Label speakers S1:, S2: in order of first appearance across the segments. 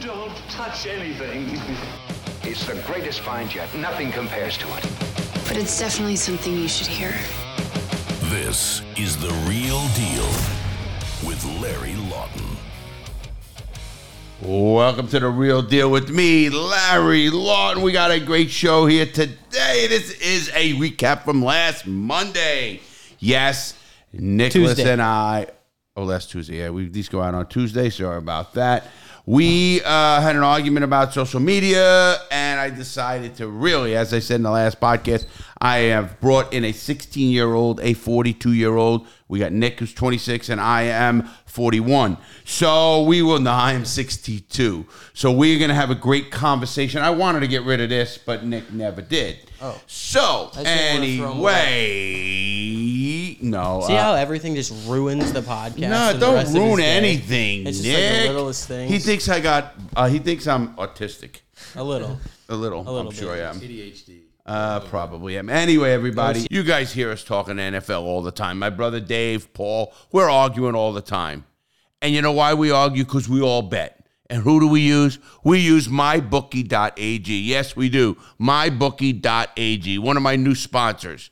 S1: Don't touch anything.
S2: It's the greatest find yet. Nothing compares to it.
S3: But it's definitely something you should hear.
S4: This is The Real Deal with Larry Lawton.
S5: Welcome to the real deal with me, Larry Lawton. We got a great show here today. This is a recap from last Monday. Yes, Nicholas
S6: Tuesday.
S5: and I. Oh, last Tuesday. Yeah, we these go out on Tuesday. Sorry about that. We uh, had an argument about social media, and I decided to really, as I said in the last podcast, I have brought in a 16 year old, a 42 year old. We got Nick, who's 26, and I am 41. So we will, no, I am 62. So we're going to have a great conversation. I wanted to get rid of this, but Nick never did. Oh. So,
S6: I just wanna throw 'em
S5: anyway, no.
S6: See
S5: uh,
S6: how everything just ruins the podcast.
S5: no,
S6: and the rest
S5: don't
S6: of his
S5: ruin
S6: day?
S5: anything.
S6: It's just
S5: Nick.
S6: like the littlest thing.
S5: He thinks I got. Uh, he thinks I'm autistic.
S6: a little.
S5: A little.
S6: little
S5: I'm
S6: bit.
S5: sure I am. ADHD. Uh, probably am. Anyway,
S6: Oh,
S5: everybody, you guys hear us talking NFL all the time. My brother Dave, Paul, we're arguing all the time. And you know why we argue? Because we all bet. And who do we use? We use mybookie.ag. Yes, we do. Mybookie.ag, one of my new sponsors.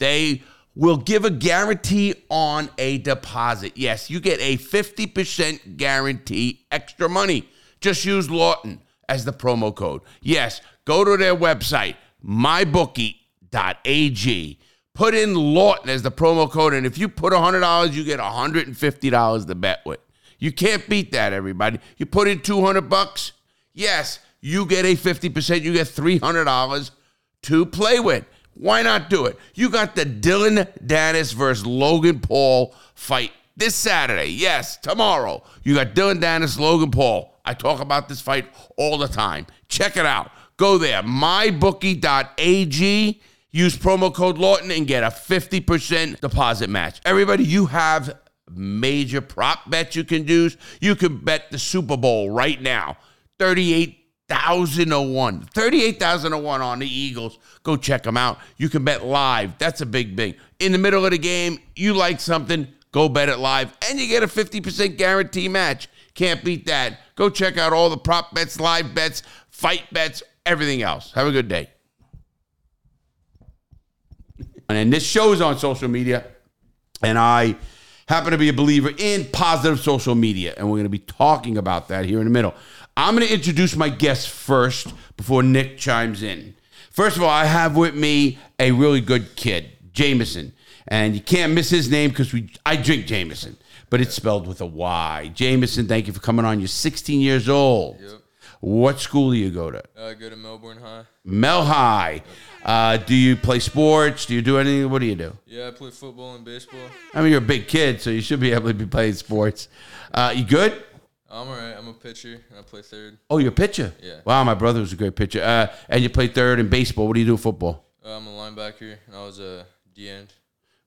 S5: They will give a guarantee on a deposit. Yes, you get a 50% guarantee extra money. Just use Lawton as the promo code. Yes, go to their website, mybookie.ag. Put in Lawton as the promo code, and if you put $100, you get $150 to bet with. You can't beat that, everybody. You put in 200 bucks, yes, you get a 50%, you get $300 to play with. Why not do it? You got the Dylan Dennis versus Logan Paul fight this Saturday. Yes, tomorrow. You got Dylan Dennis, Logan Paul. I talk about this fight all the time. Check it out. Go there, mybookie.ag. Use promo code Lawton and get a 50% deposit match. Everybody, you have major prop bets you can use. You can bet the Super Bowl right now. 38,001. 38,001 on the Eagles. Go check them out. You can bet live. That's a big thing. In the middle of the game, you like something, go bet it live, and you get a 50% guarantee match. Can't beat that. Go check out all the prop bets, live bets, fight bets, everything else. Have a good day. And this show is on social media. And I happen to be a believer in positive social media. And we're going to be talking about that here in the middle. I'm going to introduce my guest first before Nick chimes in. First of all, I have with me a really good kid, Jameson. And you can't miss his name because we I drink Jameson, but it's spelled with a Y. Jameson, thank you for coming on. You're 16 years old. What school do you go to?
S7: Uh, go to Melbourne High.
S5: Mel High. Uh, do you play sports? Do you do anything? What do you do?
S7: Yeah, I play football and baseball.
S5: I mean, you're a big kid, so you should be able to be playing sports. Uh, you good?
S7: I'm alright. I'm a pitcher. and I play third.
S5: Oh, you're a pitcher.
S7: Yeah.
S5: Wow, my brother was a great pitcher. Uh, and you play third in baseball. What do you do in football?
S7: Uh, I'm a linebacker, and I was a D end.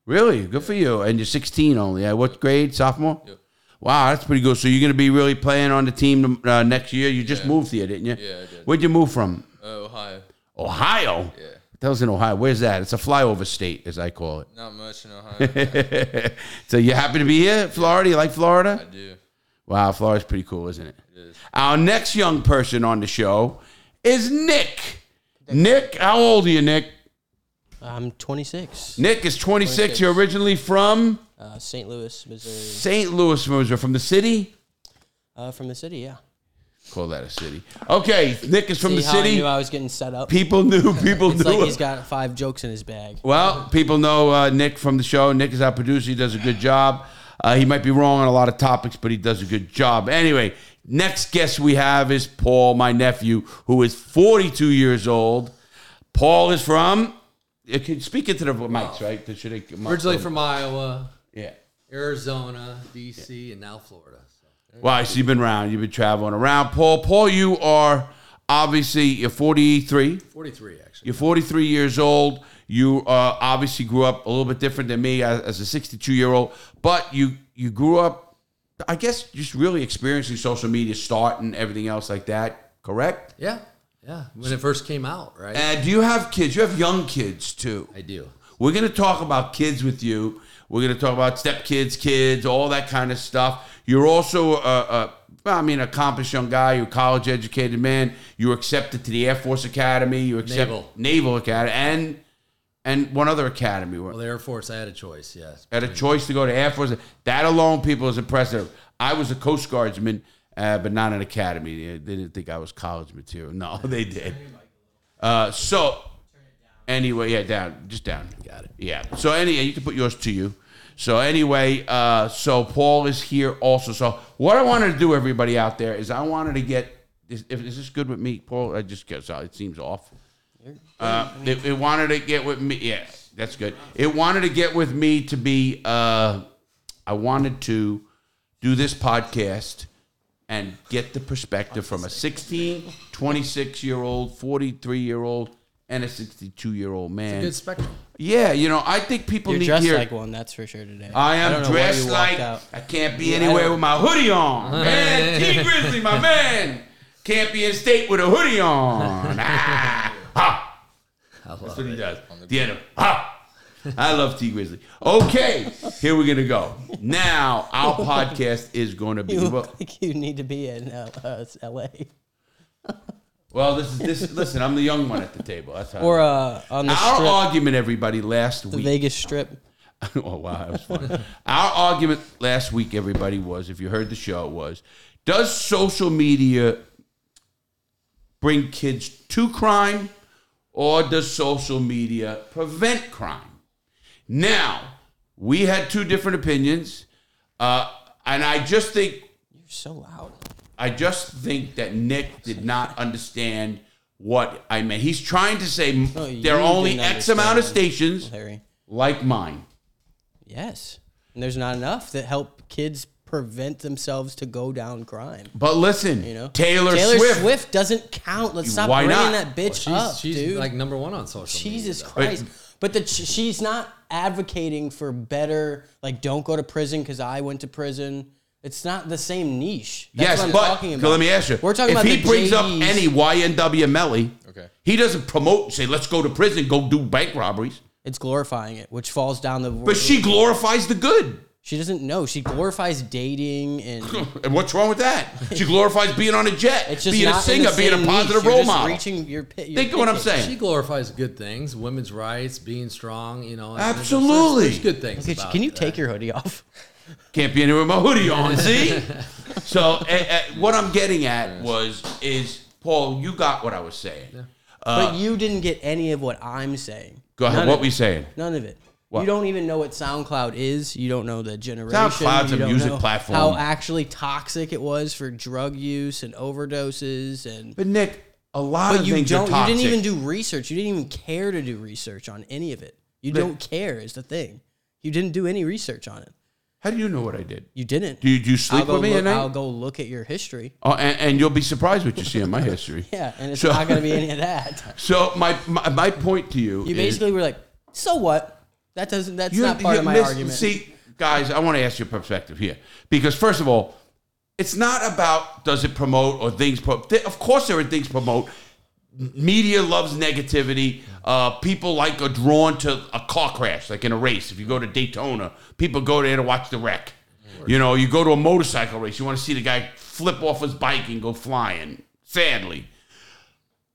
S5: Really? Good for you. And you're 16 only. Uh, what grade? Sophomore.
S7: Yep.
S5: Wow, that's pretty good. So you're going to be really playing on the team uh, next year. You just moved here, didn't you?
S7: Yeah, I did.
S5: Where'd you move from?
S7: Uh, Ohio.
S5: Ohio.
S7: Yeah.
S5: That was in Ohio. Where's that? It's a flyover state, as I call it.
S7: Not much in Ohio.
S5: so you happy to be here, Florida? You like Florida?
S7: I do.
S5: Wow, Florida's pretty cool, isn't it? Our next young person on the show is Nick. Nick, how old are you, Nick?
S6: I'm 26.
S5: Nick is 26. You're originally from
S6: Uh, St. Louis, Missouri.
S5: St. Louis, Missouri, from the city.
S6: Uh, from the city, yeah.
S5: Call that a city. Okay, Nick is from
S6: See
S5: the
S6: how I
S5: city.
S6: knew I was getting set up.
S5: people knew. People
S6: It's
S5: knew.
S6: like
S5: him.
S6: he's got five jokes in his bag.
S5: Well, people know uh, Nick from the show. Nick is our producer. He does a good job. Uh, he might be wrong on a lot of topics, but he does a good job. Anyway, next guest we have is Paul, my nephew, who is 42 years old. Paul is from. You can speak into the mics, right? Should I-
S8: Originally from Iowa,
S5: Yeah.
S8: Arizona, D.C., and now Florida. So.
S5: Wow, so you've been around. You've been traveling around. Paul, Paul, you are obviously you're 43.
S8: 43, actually.
S5: You're 43 years old. You uh, obviously grew up a little bit different than me as, as a 62 year old, but you you grew up, I guess, just really experiencing social media, starting everything else like that. Correct?
S8: Yeah, yeah. When it first came out, right?
S5: And do you have kids? You have young kids too.
S8: I do.
S5: We're going to talk about kids with you. We're going to talk about stepkids, kids, all that kind of stuff. You're also uh, uh, I mean, accomplished young guy, you're a college educated man. You were accepted to the Air Force Academy. You accept
S8: Naval.
S5: Naval Academy and and one other academy.
S8: Well, the Air Force, I had a choice. Yes.
S5: had a choice to go to Air Force. That alone, people, is impressive. I was a Coast Guardsman, uh, but not an academy. They didn't think I was college material. No, they did. Uh, so, anyway, yeah, down, just down.
S8: Got it.
S5: Yeah. So anyway, you can put yours to you. So anyway, uh, so Paul is here also. So what I wanted to do, everybody out there, is I wanted to get. Is, if, is this good with me, Paul? I just guess uh, it seems off. Uh, it, it wanted to get with me. Yeah, that's good. It wanted to get with me to be. Uh, I wanted to do this podcast and get the perspective from a 16, 26 year old, 43 year old, and a 62 year old man.
S8: Good spectrum.
S5: Yeah, you know, I think people
S6: You're
S5: need
S6: dressed
S5: here.
S6: like one, that's for sure today.
S5: I am
S6: don't know why
S5: dressed
S6: you walked
S5: like
S6: out.
S5: I can't be
S6: Yeah, I
S5: anywhere
S6: don't-
S5: with my hoodie on. Man, T Grizzly, my man, can't be in state with a hoodie on. Ah, ha.
S8: I love
S5: That's what he
S8: it.
S5: does. The end of- ha. I love T Grizzly. Okay, here we're gonna go. Now our podcast is going to be
S6: You
S5: well,
S6: look like you need to be in uh, uh, it's LA
S5: well. This is this. Listen, I'm the young one at the table. That's how.
S6: or uh, on the
S5: our
S6: strip,
S5: argument, everybody, last
S6: the
S5: week.
S6: Vegas Strip.
S5: oh wow, that was fun. Our argument last week, everybody, was if you heard the show, was does social media bring kids to crime, or does social media prevent crime? Now we had two different opinions, uh, and I just think
S6: You're so loud.
S5: I just think that Nick did not understand what I meant. He's trying to say
S6: No, Oh, you
S5: there are only
S6: didn't
S5: X amount of
S6: understand,
S5: stations
S6: Larry.
S5: like mine.
S6: Yes, and there's not enough that help kids prevent themselves to go down crime.
S5: But listen,
S6: You know,
S5: Taylor, Swift.
S6: doesn't count. Let's stop
S5: Why not?
S6: bringing that bitch
S8: She's,
S6: up,
S8: she's
S6: dude.
S8: like number one on social media.
S6: Jesus
S8: though.
S6: Christ. But the, she's not advocating for better, like, don't go to prison because I went to prison. It's not the same niche. That's
S5: yes,
S6: what I'm
S5: but
S6: talking about.
S5: let me ask you:
S6: We're talking
S5: if
S6: about
S5: he
S6: the
S5: brings up
S6: JDs.
S5: any YNW Melly,
S7: Okay.
S5: he doesn't promote and say, "Let's go to prison, go do bank robberies."
S6: It's glorifying it, which falls down the.
S5: But she glorifies the good.
S6: she doesn't know. She glorifies dating and
S5: And what's wrong with that? She glorifies being on a jet,
S6: it's just
S5: being
S6: not
S5: a
S6: in
S5: singer,
S6: the
S5: being a
S6: same
S5: positive
S6: niche. You're
S5: role
S6: just
S5: model.
S6: Reaching your, pi- your
S5: Think of what I'm
S6: pitches.
S5: saying.
S8: She glorifies good things, women's rights, being strong, you know. and there's-
S5: Absolutely.
S8: There's, there's good things.
S6: Look at you.
S8: about
S6: Can you
S8: that.
S6: take your hoodie off?
S5: Can't be anywhere with my hoodie on. See, so eh, eh, what I'm getting at was is Paul, you got what I was saying. Uh,
S6: but you didn't get any of what I'm saying.
S5: Go ahead.
S6: None
S5: what
S6: of
S5: we
S6: it.
S5: saying?
S6: None of it. You don't even know what SoundCloud is. You don't know the generation.
S5: SoundCloud's
S6: you
S5: a
S6: don't
S5: music
S6: know
S5: platform.
S6: How actually toxic it was for drug use and overdoses and.
S5: But Nick, a lot
S6: But
S5: of
S6: you
S5: things
S6: don't.
S5: are
S6: You
S5: toxic.
S6: didn't even do research. You didn't even care to do research on any of it. You don't care is the thing. You didn't do any research on it.
S5: How do you know what I did?
S6: You didn't.
S5: Do you, do you sleep
S6: I'll go
S5: with me
S6: look,
S5: at night?
S6: I'll go look at your history.
S5: Oh, and, and you'll be surprised what you see in my history.
S6: Yeah, and it's
S5: So-
S6: not going to be any of that.
S5: So my my, my point to you,
S6: You
S5: is
S6: basically were like, so what? That doesn't. That's
S5: you-
S6: not part
S5: you
S6: of my
S5: miss-
S6: argument.
S5: See, guys, I want to ask your perspective here because first of all, it's not about does it promote or things. Pro- th- of course, there are things promote. Media loves negativity. Uh, people like are drawn to a car crash, like in a race. If you go to Daytona, people go there to watch the wreck. You know, you go to a motorcycle race, you want to see the guy flip off his bike and go flying. Sadly,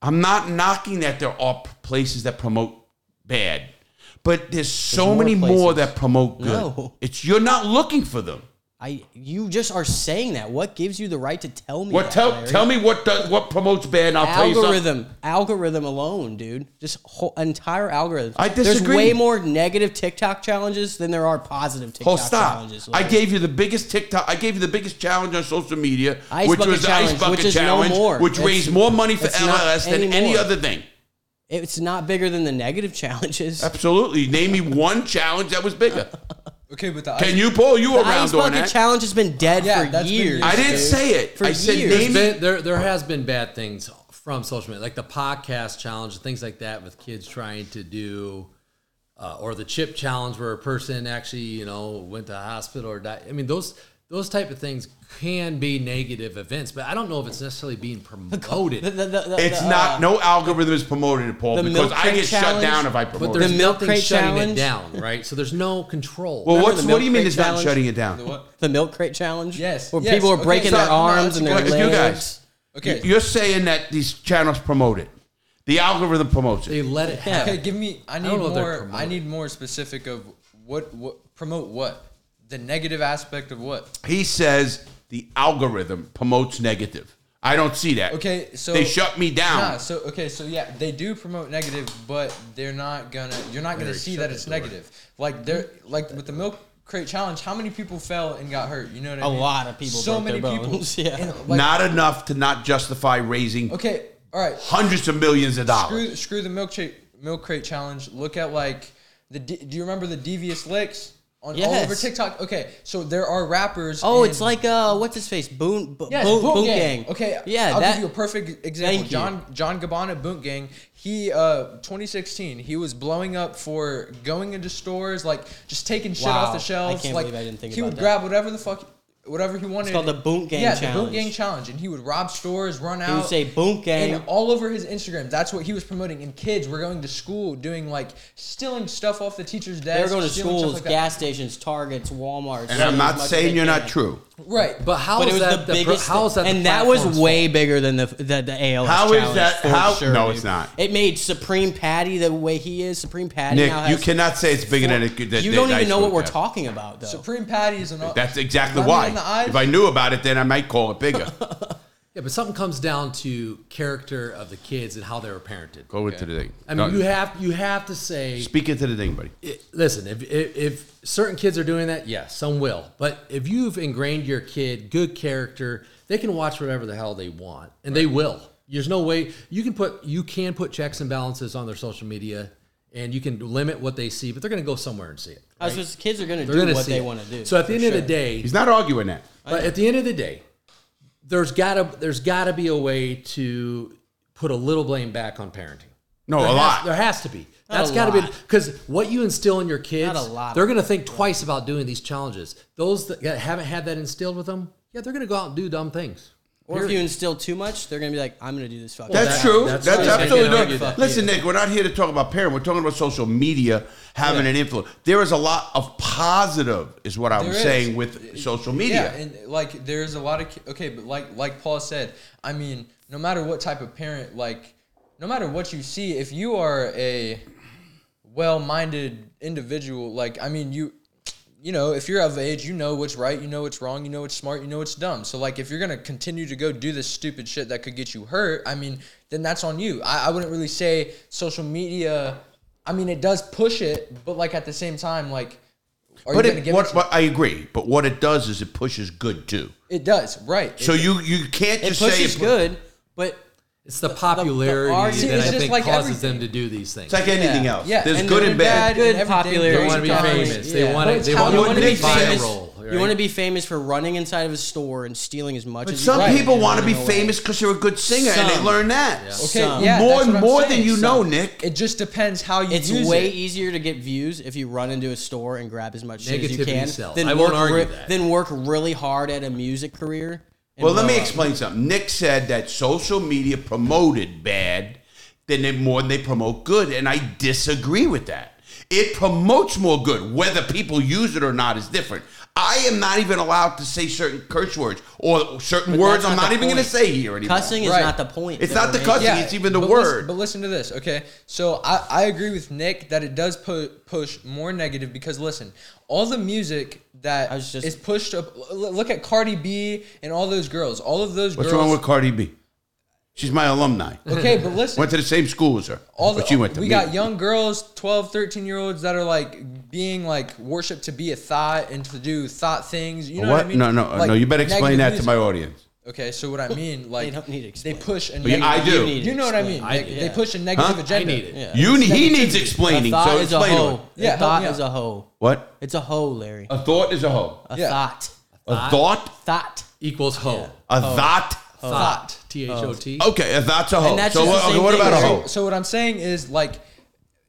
S5: I'm not knocking that there are p- places that promote bad, but there's so
S6: There's more
S5: many more
S6: places.
S5: that promote good.
S6: No.
S5: It's you're not looking for them.
S6: I you just are saying that. What gives you the right to tell me?
S5: What
S6: that,
S5: tell
S6: Larry?
S5: tell me what does what promotes bad? And I'll tell you something.
S6: algorithm algorithm alone, dude. Just whole, entire algorithm.
S5: I disagree.
S6: There's way more negative TikTok challenges than there are positive TikTok
S5: Oh, stop!
S6: challenges.
S5: I
S6: Larry.
S5: gave you the biggest TikTok. I gave you the biggest challenge on social media,
S6: Ice
S5: which
S6: bucket
S5: was the
S6: challenge,
S5: ice bucket
S6: which is no
S5: challenge,
S6: more.
S5: which
S6: It's-
S5: raised more money for
S6: it's not
S5: LLS than any
S6: anymore.
S5: other thing.
S6: it's not bigger than the negative challenges.
S5: Absolutely. Name me one challenge that was bigger.
S7: Okay, but the
S5: Can you, Paul? You were
S6: The ice
S5: around doing
S6: bucket
S5: that?
S6: challenge has been dead
S7: Yeah,
S6: for
S7: that's been
S6: years.
S7: years,
S5: I didn't
S7: dude.
S5: say it.
S6: For
S5: I said
S6: years.
S5: name me
S8: There's been- there, there has been bad things from social media, like the podcast challenge, things like that, with kids trying to do, uh, or the chip challenge, where a person actually, you know, went to a hospital or died. I mean, those those type of things can be negative events, but I don't know if it's necessarily being promoted.
S6: The- the- the- the-
S5: It's
S6: the,
S5: not.
S6: uh,
S5: no algorithm is promoting it, Paul,
S6: the
S5: because
S6: milk
S5: I get
S6: crate
S5: shut
S6: challenge,
S5: down if I
S6: but
S5: promote
S8: But there's
S5: it.
S6: The milk
S8: nothing
S6: crate
S8: shutting
S6: challenge?
S8: it down, right? So there's no control.
S5: Well, what's,
S6: the
S5: what do you
S6: milk
S5: mean
S6: crate
S5: it's not
S6: challenge?
S5: shutting it down?
S7: What?
S6: uh, the milk crate challenge.
S7: Yes,
S6: where
S7: yes,
S6: people were
S7: okay,
S6: breaking
S7: so-
S6: their
S7: no,
S6: arms and their
S7: that's
S5: Look,
S6: legs.
S5: you guys,
S7: Okay.
S5: you're saying that these channels promote it. The algorithm promotes
S8: they
S5: it.
S8: let it
S7: Okay,
S8: happen.
S7: give me. I need
S8: don't know if they're
S7: more. I
S8: promoting.
S7: need more specific of what what promote what the negative aspect of what.
S5: He says the algorithm promotes negative. I don't see that.
S7: Okay, so
S5: they shut me down.
S7: Nah, so okay, so yeah, they do promote negative, but they're not gonna. You're not gonna see that it's negative. Like they're like with the milk crate challenge. How many people fell and got hurt? You know what I
S6: A
S7: mean?
S6: lot of people
S7: So
S6: broke
S7: many
S6: their bones,
S7: people.
S6: yeah.
S7: And, like,
S5: not enough to not justify raising
S7: okay. All right.
S5: hundreds of millions of dollars.
S7: Screw, screw the milk crate milk crate challenge. Look at like the. D- do you remember the devious licks on all over
S6: Yes.
S7: TikTok? Okay, so there are rappers.
S6: Oh, it's
S7: and-
S6: like uh, what's his face? Boon, B-
S7: Yes,
S6: Boon,
S7: Boot
S6: Boon
S7: Gang.
S6: Gang.
S7: Okay,
S6: yeah,
S7: I'll
S6: that.
S7: give you a perfect example.
S6: Thank you.
S7: John John Gabbana, Boot Gang. He uh, 2016, he was blowing up for going into stores, like just taking shit
S6: Wow,
S7: off the
S6: I
S7: shelves.
S6: can't
S7: like
S6: believe I didn't think
S7: he
S6: about
S7: would
S6: that.
S7: grab whatever the fuck, whatever he wanted.
S6: called the Boot Gang
S7: yeah, the Boot
S6: Challenge.
S7: Gang challenge, and he would rob stores, run out.
S6: would say, "Boot Gang."
S7: and all over his Instagram. That's what he was promoting. And kids were going to school doing like stealing stuff off the teacher's desk.
S6: they were going to
S7: stealing stuff
S6: schools,
S7: like that.
S6: gas stations, Targets, Walmart.
S5: And I'm not saying you're not true.
S7: Right,
S8: But how
S6: But it
S8: is
S6: was
S8: that
S6: the
S8: the, pro-
S6: biggest,
S8: how is that the
S6: and that was
S8: platform's
S6: way
S8: fault?
S6: bigger than the the, the ALS.
S5: How is
S6: challenge
S5: that-
S6: for
S5: how-
S6: sure,
S5: no,
S6: dude.
S5: it's not.
S6: It made Supreme Patty the way he is. Supreme Patty.
S5: Nick,
S6: now
S5: you
S6: has
S5: cannot say it's bigger than it could. that-
S6: you
S5: that
S6: don't
S5: I
S6: even know what
S5: spoke
S6: we're
S5: of.
S6: talking about though.
S7: Supreme Patties and all.
S5: That's exactly
S7: Lemon
S5: why.
S7: in the eyes.
S5: If I knew about it, then I might call it bigger.
S8: Yeah, but something comes down to character of the kids and how they were parented.
S5: Go into the thing.
S8: I mean, you have you have to say
S5: speak into the thing, buddy.
S8: it- listen, if, if if certain kids are doing that, yes, some will. But if you've ingrained your kid good character, they can watch whatever the hell they want, and they will. There's no way you can put you can put checks and balances on their social media, and you can limit what they see, but they're going to go somewhere and see it.
S6: I was just, kids are going to
S8: They're
S6: do
S8: going to
S6: what
S8: see
S6: they
S8: it.
S6: want to do.
S8: So at the
S6: for
S8: end of
S6: sure.
S8: the day,
S5: He's not arguing that.
S8: but at the end of the day, there's gotta there's gotta be a way to put a little blame back on parenting.
S5: No,
S8: There
S5: a
S8: has-
S5: lot.
S8: There has to be.
S6: Not
S8: That's
S6: a
S8: got to be
S6: lot.
S8: because what you instill in your kids,
S6: Not a lot.
S8: they're going to think twice about doing these challenges. Those that haven't had that instilled with them, yeah, they're going to go out and do dumb things.
S6: or if you instill too much, they're going to be like, "I'm going to do this fucking."
S5: That's
S8: that-
S5: true. That's,
S8: that's right. I can't
S5: absolutely
S8: argue
S5: true.
S8: that.
S5: Listen, Nick, we're not here to talk about parent. We're talking about social media having an influence. There is a lot of positive, is what I'm
S7: There is.
S5: saying, with social media.
S7: Yeah, and like there's a lot of ki- okay, but like like Paul said, I mean, no matter what type of parent, like no matter what you see, if you are a well-minded individual, like I mean, you you know, if you're of age, you know what's right, you know what's wrong, you know what's smart, you know what's dumb. So like if you're gonna continue to go do this stupid shit that could get you hurt, I mean, then that's on you. I, I wouldn't really say social media I mean it does push it, but like at the same time, like are
S5: but
S7: you gonna
S5: it,
S7: give
S5: what,
S7: it, to-
S5: what I agree. But what it does is it pushes good too.
S7: it does, right.
S5: So you you can't
S6: it
S5: just say
S6: pushes
S5: it pu-
S6: good, but
S8: It's the popularity
S6: arts-
S8: that
S7: it's
S8: I
S7: just
S8: think
S7: like
S8: causes
S7: everything.
S8: them to do these
S5: It's
S8: things.
S5: like anything
S7: Yeah,
S5: else.
S7: yeah.
S5: There's
S7: And
S5: good
S7: they're
S5: and bad.
S7: bad.
S6: good
S7: everything
S6: popularity.
S7: goes
S8: they want to be
S7: Yeah.
S8: famous. They
S7: Yeah.
S8: want
S7: But
S8: to.
S7: it's
S8: They
S7: how
S8: want
S7: you
S8: to
S5: wanna
S8: be
S5: be famous.
S8: viral. right?
S6: you want to be famous for running inside of a store and stealing as much.
S5: But
S6: as
S5: some
S6: you can.
S5: people want to be
S6: No way.
S5: famous because they're a good singer and they
S6: Some.
S5: learn that.
S7: Okay,
S6: Some.
S7: yeah,
S5: More-
S7: that's what I'm
S5: more
S7: saying.
S5: than you
S7: Some.
S5: know, Nick.
S7: It just depends how you
S6: It's
S7: use
S6: way
S7: it.
S6: easier to get views if you run into a store and grab as much shit as you
S8: Negativity
S6: can.
S8: sells.
S6: Then
S8: I won't
S6: work
S8: argue
S6: re-
S8: that.
S6: Then work really hard at a music career. and
S5: Well, let me
S6: blow up.
S5: explain something. Nick said that social media promoted bad than they more than they promote good, and I disagree with that. It promotes more good. Whether people use it or not is different. I am not even allowed to say certain curse words or certain
S6: But
S5: words
S6: that's
S5: I'm not
S6: the
S5: even going to
S6: point.
S5: say here anymore.
S6: Cussing is
S7: Right.
S6: not the point.
S5: It's
S6: that
S5: not the
S6: we're
S5: cussing.
S6: making.
S5: It's even the
S7: but
S5: word.
S7: Listen, but listen to this, okay? So I, I agree with Nick that it does pu- push more negative because listen, all the music that
S6: I was just-
S7: is pushed up. l- l- Look at Cardi B and all those girls. All of those
S5: What's
S7: girls.
S5: wrong with Cardi B? She's my alumni.
S7: Okay, but listen.
S5: Went to the same school as her.
S7: all the,
S5: but she went to
S7: we
S5: me.
S7: got young girls 12 13 year olds that are like being like worshipped to be a thought and to do thought things you know what,
S5: What?
S7: i mean
S5: No, no,
S7: Like,
S5: no. You better explain that
S7: negative
S5: to my
S7: music.
S5: audience.
S7: okay so what i mean like
S6: don't need to
S7: they
S6: explain.
S7: push a
S5: But you-
S7: negative
S5: I do.
S6: You need
S7: You
S6: to
S7: know what I mean?
S6: explain.
S7: They, they
S6: yeah.
S7: push a negative
S5: Huh? I
S7: agenda.
S8: need it. Yeah.
S5: You
S7: It's
S5: he
S7: negativity.
S5: needs explaining.
S6: A thought
S5: So
S6: is a
S5: explain to it.
S6: hoe.
S7: Yeah,
S6: a thought
S7: help me
S6: is
S7: out.
S6: a hoe.
S5: What?
S6: It's a hoe, Larry.
S5: A thought is a hoe.
S6: A
S7: Yeah.
S6: thought.
S5: A thought?
S6: Thought.
S8: equals hoe.
S5: A thought?
S8: Thought. T H O T.
S5: Okay, a thought's a hoe.
S6: that's
S5: So
S6: just
S5: what,
S6: the
S5: okay,
S6: same
S5: what
S6: thing
S5: about a
S6: as-
S5: hoe?
S7: So what I'm saying is like,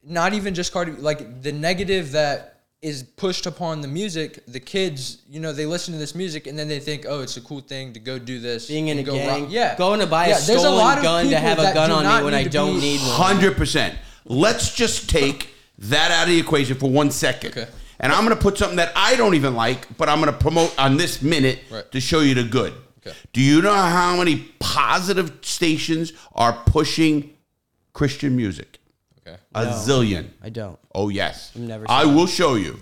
S7: not even just Cardi. Like the negative that is pushed upon the music, the kids, you know, they listen to this music and then they think, oh, it's a cool thing to go do this.
S6: Being in
S7: and
S6: a
S7: go rob-
S6: gang,
S7: yeah,
S6: going to buy a
S7: Yeah, there's
S6: stolen
S7: lot of
S6: gun to
S7: people
S6: have a
S7: that
S6: gun
S7: do
S6: on
S7: not
S6: me when
S7: need
S6: I
S7: to
S6: don't
S7: be-
S6: need one.
S5: Hundred percent. Let's just take that out of the equation for one second.
S7: Okay.
S5: And I'm going to put something that I don't even like, but I'm going to promote on this minute
S7: Right.
S5: to show you the good.
S7: Okay.
S5: Do you know how many positive stations are pushing Christian music?
S7: Okay.
S5: A zillion.
S6: I don't.
S5: Oh yes.
S6: never
S5: I will show you.